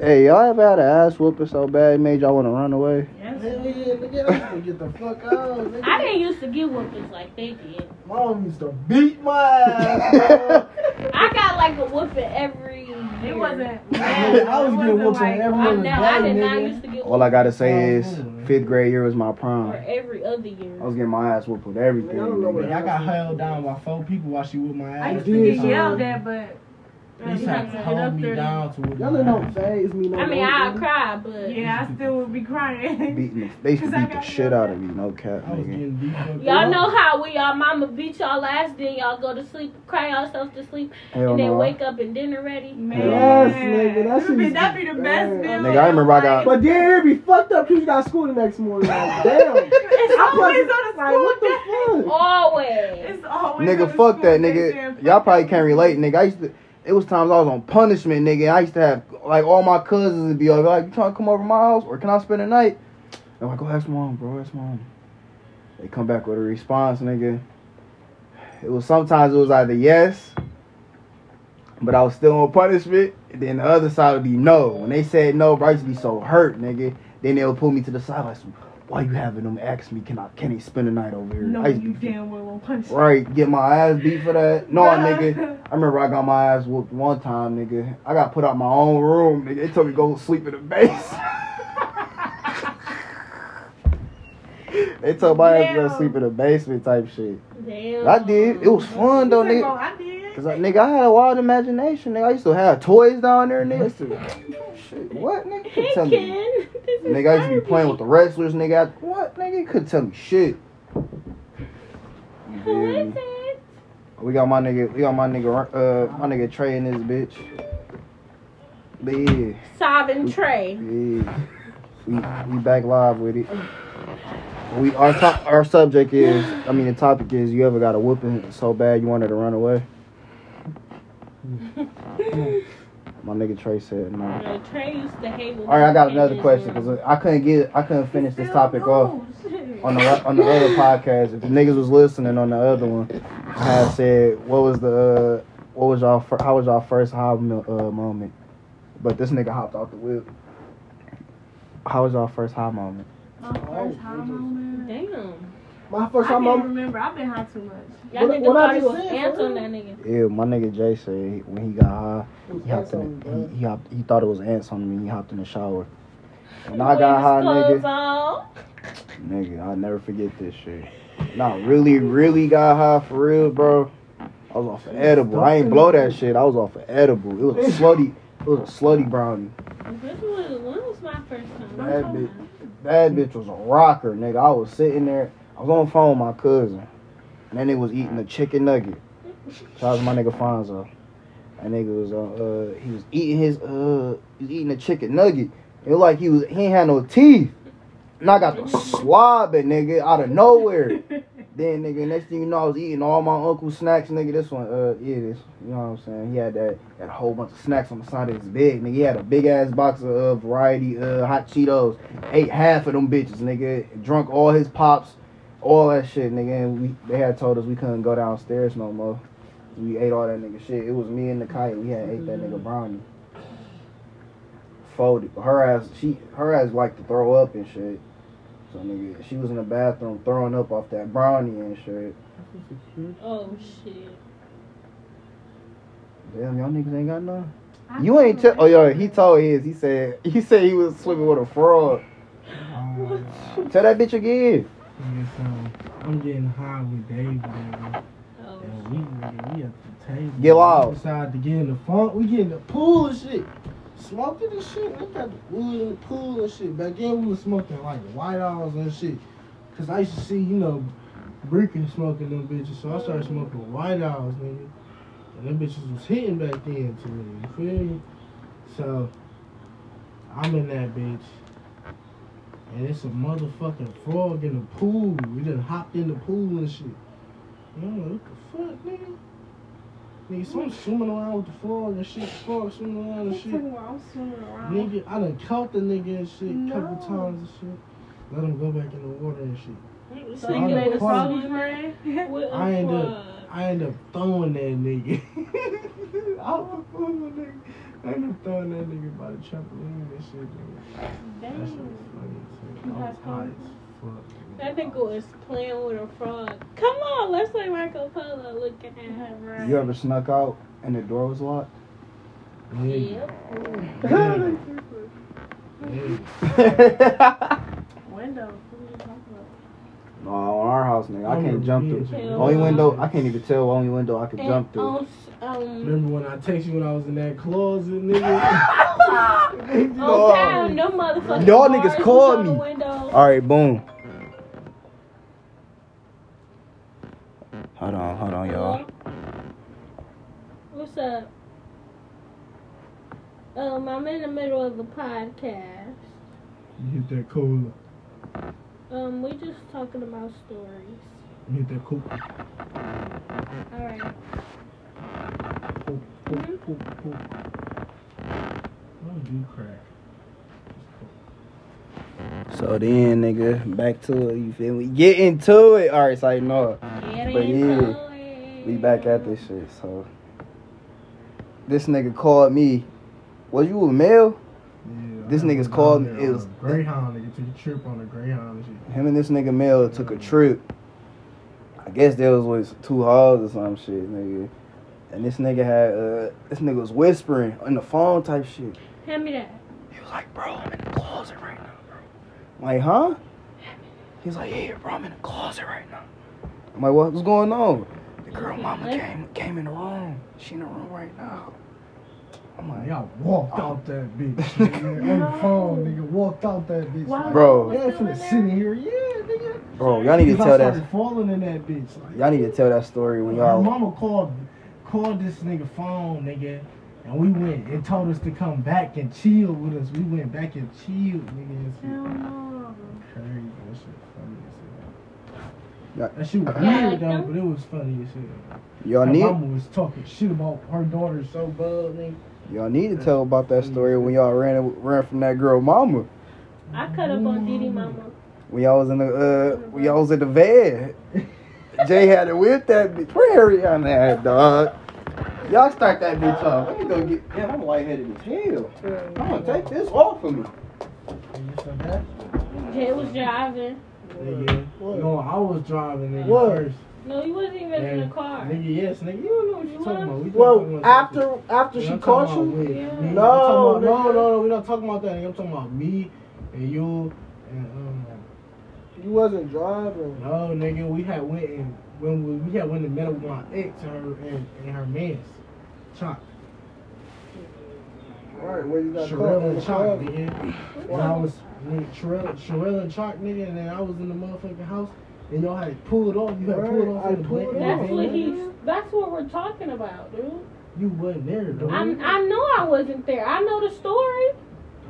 S1: Hey, y'all ever had an ass whooping so bad it made y'all wanna run away?
S4: Yes.
S2: Get the fuck out, nigga.
S5: I didn't used to get whoopings like they did.
S2: Mom used to beat my ass.
S5: I got like a whooping every.
S4: It
S5: year.
S4: wasn't.
S2: Man, I was getting
S4: it wasn't
S2: whooped on every
S5: I know. I
S2: Hey,
S5: did not
S2: nigga.
S5: used to get.
S1: All I gotta say is
S2: Mhm.
S1: fifth grade year was my
S5: Or
S1: prime.
S5: every other
S1: I
S5: year.
S1: was getting my ass whooped with everything.
S2: Man, I don't know what
S1: nigga.
S3: I got held down by four people while she whipped my ass.
S4: I used
S2: did
S4: to get
S2: something.
S4: yelled at, but uh,
S3: At least have uh, to hold me down to what
S2: Y'all ain't don't phase me no
S5: I mean,
S2: more,
S5: I'll
S2: bro.
S5: cry, but
S4: Yeah, I still would be crying.
S1: Beating the, they used to
S4: 'Cause I
S1: beat the
S4: got
S1: shit
S4: no-
S1: out of me, no cap,
S3: I was
S1: nigga.
S3: getting beat up.
S5: y'all know how we y'all mama beat y'all ass, then y'all go to sleep, cry yourself to sleep,
S1: Hell
S5: and then
S1: no.
S5: wake up and dinner ready.
S4: Man,
S1: Yes,
S2: nigga, that
S4: That'd be-
S2: shit's
S4: that'd be the best
S2: bad.
S4: feeling.
S1: Nigga, I remember I got-
S4: Like,
S2: But then it be fucked up because you got school the next morning. Like, damn.
S4: it's
S2: I'm
S4: always
S2: like,
S4: on a
S2: like, what the
S4: school day.
S2: fuck?
S5: Always.
S4: It's always on a
S1: Nigga, fuck
S4: school
S1: that,
S4: day, Sam.
S1: nigga.
S4: Fuck
S1: Y'all
S4: that.
S1: probably can't relate, nigga. I used to. It was times I was on punishment, nigga. I used to have like all my cousins would be like, "You trying to come over my house, or can I spend the night?" I'm like, "Oh, "Go ask mom, bro. Ask mom." They come back with a response, nigga. It was sometimes it was either yes, but I was still on punishment. And then the other side would be no. When they said no, bro, I used to be so hurt, nigga. Then they would pull me to the side like, "Why you having them ask me? Can I can they spend the night over here?"
S4: No,
S1: I used to
S4: you
S1: be
S4: damn well won't punch me.
S1: Right, get my ass beat for that. No,
S4: Bruh.
S1: nigga. I remember I got my ass whooped one time, nigga. I got put out my own room, nigga. They told me to go sleep in the base. they told my ass to
S4: Damn.
S1: go sleep in the basement type shit.
S5: Damn.
S1: I did. It was fun though,
S4: You said, "Well,
S1: nigga.
S4: I did.
S1: Cause I, nigga, I had a wild imagination, nigga. I used to have toys down there, nigga. I used to- shit, what, nigga? You couldn't
S5: Hey,
S1: tell
S5: Ken.
S1: me
S5: This is
S1: Nigga, I used to be playing with the wrestlers, nigga. I- what, nigga? You couldn't tell me shit. You
S5: Who
S1: feel
S5: is
S1: me?
S5: it?
S1: We got my nigga, we got my nigga, uh, my nigga Trey in this bitch. But yeah,
S5: Sovereign Trey.
S1: yeah, we we back live with it. We our top, our subject is, I mean, the topic is, you ever got a whooping so bad you wanted to run away? My nigga Trey said no.
S5: Yeah, Uh, Trey used to hate when
S1: All right, I got
S5: he
S1: another
S5: came
S1: question
S5: in his
S1: because I couldn't get, I couldn't finish this topic off.
S5: Oh,
S1: on
S4: off.
S1: the on the other podcast. If the niggas was listening on the other one, I had said what was the uh, what was y'all fir- how was y'all first high mo- uh, moment? But this nigga hopped off the whip. How was y'all first high moment?
S4: My first high
S5: room.
S4: moment.
S5: Damn.
S2: My
S4: I
S2: first time,
S4: can't
S2: I'm,
S4: remember. I've been high too much.
S5: Y'all
S2: What-
S5: nigga
S2: what I
S5: thought he
S2: just
S5: was
S2: said,
S5: ants
S2: bro?
S5: on that nigga.
S1: Ew, my nigga Jay said when he got high, he hopped in. The, he, he hopped. He thought it was ants on me. He hopped in the shower. When I got high,
S5: With his clothes
S1: nigga,
S5: on.
S1: nigga, I'll never forget this shit. Nah, really, really got high for real, bro. I was off of edible. I ain't blow that shit. I was off of edible. It was a slutty. It was a slutty brownie.
S5: This was, when was my first time?
S1: That bitch, that bitch was a rocker, nigga. I was sitting there. I was on the phone with my cousin, and then they was eating a chicken nugget. Shout out to my nigga Fonzo. That nigga was uh, uh he was eating his uh he was eating a chicken nugget. It was like he was he ain't had no teeth. And I got the swabbing nigga out of nowhere. Then nigga, next thing you know, I was eating all my uncle's snacks, nigga. This one, uh, yeah, this, you know what I'm saying? He had that, had a whole bunch of snacks on the side of his bed, nigga. He had a big ass box of uh, variety, uh, hot Cheetos. Ate half of them bitches, nigga. Drunk all his pops, all that shit, nigga. And we, they had told us we couldn't go downstairs no more. We ate all that nigga shit. It was me and Nakia. We had ate that nigga brownie. Folded. Her ass, she, her ass liked to throw up and shit. So nigga, she was in the bathroom throwing up off that brownie and shit.
S5: Oh, shit.
S1: Damn, y'all niggas ain't got none. You ain't tell. Oh yo, he told his. He said he said he was swimming with a frog.
S3: Uh,
S1: Tell that bitch again.
S3: I'm getting high with Dave, nigga.
S5: Oh,
S3: And we, nigga, we at the table.
S1: Get loud.
S3: We decide to get in the funk. We get in the pool and shit. Smoking and shit. We got the wood in the pool and shit. Back then, we was smoking like white owls and shit. Because I used to see, you know, Breakin smoking them bitches. So I started smoking white owls, nigga. And them bitches was hitting back then to me. You feel me? So I'm in that bitch. And it's a motherfucking frog in the pool. We done hopped in the pool and shit. You know, what the fuck, nigga? Nigga, so I'm swimming around with the frog and shit. The frog swimming around and
S4: I'm
S3: shit.
S4: swimming around.
S3: Nigga, I done caught the nigga and shit a couple
S4: No.
S3: times and shit. Let him go back in the water and shit.
S5: shit.
S4: So you
S3: I
S4: made a
S3: ain't
S4: froggy
S5: Sneaking in
S4: friend?
S5: the with
S3: I ain't
S5: a
S3: do- I end up throwing that nigga. I was throwing that nigga. I end up throwing that nigga by the trampoline and shit, nigga. That shit was funny as hell.
S5: You
S3: I was
S5: had
S3: high
S5: fun?
S3: as fuck.
S5: That nigga was playing with a frog. Come on, let's play Marco Polo looking at her, right?
S1: You ever snuck out and the door was locked?
S3: Nigga,
S5: Yep.
S3: nigga, nigga.
S1: Nigga,
S4: Window. What are you talking about?
S1: No, on our house, nigga. I
S3: I'm
S1: can't jump through.
S3: revenge.
S5: Hell
S1: Only
S5: no.
S1: window I can't even tell. Only window I could
S5: And
S1: jump through.
S5: on s- um,
S3: Remember when I text you when I was in that closet, nigga?
S5: on
S1: No.
S5: time, no motherfucking
S1: Y'all niggas
S5: bars was
S1: called
S5: on the
S1: me.
S5: window.
S1: All right, boom. Hold on, hold on, y'all.
S5: What's up? Um, I'm in the middle of a podcast.
S3: you hit that cola.
S5: Um, we just talking about stories.
S3: You hit that coke.
S5: All right. Hmm?
S3: I do crack.
S1: So then, nigga, back to it. You feel me? Get into it. All right, so you know it.
S5: Get
S1: But
S5: into
S1: yeah,
S5: it.
S1: We back at this shit. So this nigga called me. Was you a male?
S3: Yeah,
S1: This
S3: I
S1: nigga's
S3: was down
S1: called-
S3: there
S1: it
S3: on
S1: was-
S3: a Greyhound nigga took a trip on a Greyhound and shit.
S1: Him and this nigga male took a trip. I guess there was with two hogs or some shit, nigga. And this nigga had uh, this nigga was whispering on the phone type shit.
S5: Hand me that.
S1: He was like, bro, I'm in the closet right now, bro. I'm like, huh? He was like, yeah, bro, I'm in the closet right now. I'm like, what, what's going on? The girl mama
S5: What?
S1: came came in the room. She in the room right now. I'm
S3: Man,
S1: like,
S3: Y'all walked out that bitch. nigga. On the phone, nigga. Walked out that bitch.
S4: Wow.
S3: Like,
S1: Bro.
S3: Yeah, finna sit in here. Yeah, nigga.
S1: bro, y'all need to
S3: If I
S1: tell
S3: started
S1: that.
S3: falling in that bitch. Like,
S1: Y'all need to tell that story when
S3: Our
S1: y'all.
S3: mama called called this nigga phone, nigga, and we went and told us to come back and chill with us. We went back and chilled, nigga. That shit crazy. That shit funny as
S1: Yeah.
S3: hell. That shit was
S5: Yeah,
S3: weird though,
S5: like
S3: but it was funny as hell.
S1: Y'all
S3: My
S1: need
S3: mama was talking shit about her daughter so bad, nigga.
S1: y'all need to tell about that story when y'all ran ran from that girl mama.
S5: I cut up on Didi Mama.
S1: When y'all was in the uh when y'all was in the van. Jay had to whip that bitch. Where Harry on that dog? Y'all start that bitch off. Let me go get damn, I'm lightheaded as hell. I'm gonna take this off of me.
S3: Nigga, so that-
S5: Jay was driving.
S3: nigga,
S2: What?
S3: No, I was driving, nigga.
S2: What?
S3: First.
S5: No, he wasn't even in the
S3: And-
S5: car.
S3: Nigga, yes, nigga. You don't know what you're talking about. We just talking
S2: Well,
S3: about something.
S2: after after
S3: Yeah,
S2: she
S3: I'm
S2: caught
S3: talking
S2: you,
S3: about we.
S5: Yeah.
S3: Me. I'm
S2: No,
S3: talking about- no,
S2: nigga.
S3: no, no. We're not talking about that. Nigga. I'm talking about me and you and um.
S2: you wasn't driving.
S3: No, nigga, we had went and when we, we had went and met up with my ex and her and, and her man's Chalk.
S2: Right, where you got caught
S3: Sherelle
S2: in the
S3: and Chalk,
S2: closet.
S3: nigga. And I was when Sherelle, Sherelle and Chalk, nigga, and then I was in the motherfucking house and y'all had pulled off. You had
S2: Right,
S3: pulled off
S2: I
S3: in the
S2: pulled
S3: blanket.
S2: off.
S5: That's what he's. That's what we're talking about, dude.
S3: You wasn't there, though.
S5: I I know I wasn't there. I know the story.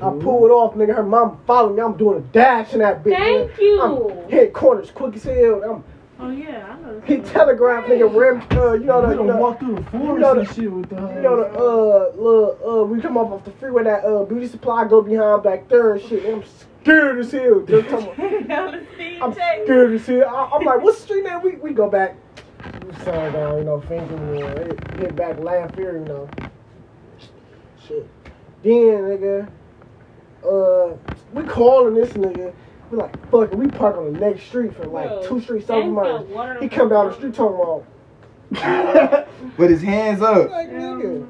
S2: I pulled off, nigga. Her mom followed me. I'm doing a dash in that bitch.
S5: Thank
S2: nigga.
S5: you.
S2: I'm hit corners quick as hell.
S4: Oh yeah, I know.
S2: I'm hit telegraph, nigga. Rim, uh, you know the,
S3: we
S2: you
S3: done
S2: know,
S3: walked through the forest
S2: know the-
S3: and shit with the
S2: you know the uh little uh we come up off the freeway that uh beauty supply go behind back there and shit. I'm scared as hell. Just talking about- I'm scared as hell. I, am like, what's the street name? We we go back. We Sorry, down, you know, finger war. Hit, hit back last year, you know. Shit. Then, nigga, uh, we calling this nigga. We like, fuck it. We park on the next street for like
S5: Bro,
S2: two streets
S5: Jay
S2: over.
S5: got
S2: miles.
S5: water
S2: He
S5: on
S2: come
S5: the
S2: down the
S5: phone.
S2: street talking about,
S1: With his hands up.
S2: like, nigga,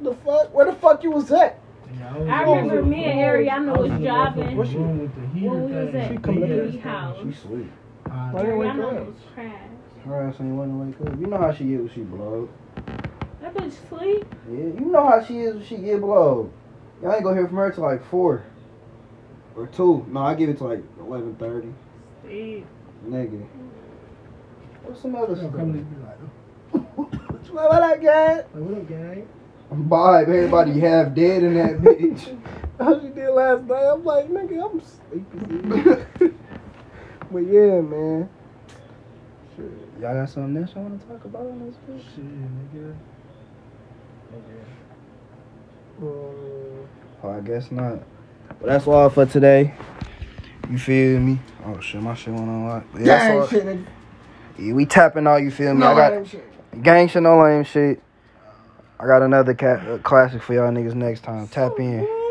S2: the fuck? Where the fuck you was at?
S5: I remember me and Ariana was driving.
S3: What's wrong with the heater
S5: Where we was
S3: thing.
S5: at?
S3: Big
S2: come
S3: ass
S5: Diddy's
S3: thing.
S5: house.
S1: She sleep.
S3: Uh,
S2: Why didn't wake
S5: Ariana
S2: up?
S5: was trash.
S1: Her ass ain't wanna wake up. You know how she is when she blow.
S5: That bitch sleep.
S1: Yeah, you know how she is when she get blow. Y'all ain't gonna hear from her till like four. Or two. No, I give it to like eleven thirty. Nigga. What's some other
S3: They'll
S1: stuff?
S3: come to be like,
S1: What I got?
S3: "Hey, what up, gang?
S1: Bob, everybody half dead in that bitch.
S2: How she did last night? I'm like, nigga, I'm sleepy. But yeah, man.
S1: Y'all got something else y'all want to talk about on this
S3: Shit,
S1: bitch?
S3: nigga. Nigga.
S2: Um,
S1: Oh, I guess not. But that's all for today. You feel me? Oh shit, my shit went on lock. But Yeah, that's all-
S2: Gang shit, nigga.
S1: Yeah, we tapping out. You feel me?
S2: No,
S1: I
S2: I
S1: got
S2: ain't shit.
S1: gang shit, no lame shit. I got another ca- uh, classic for y'all niggas next time. Tap in.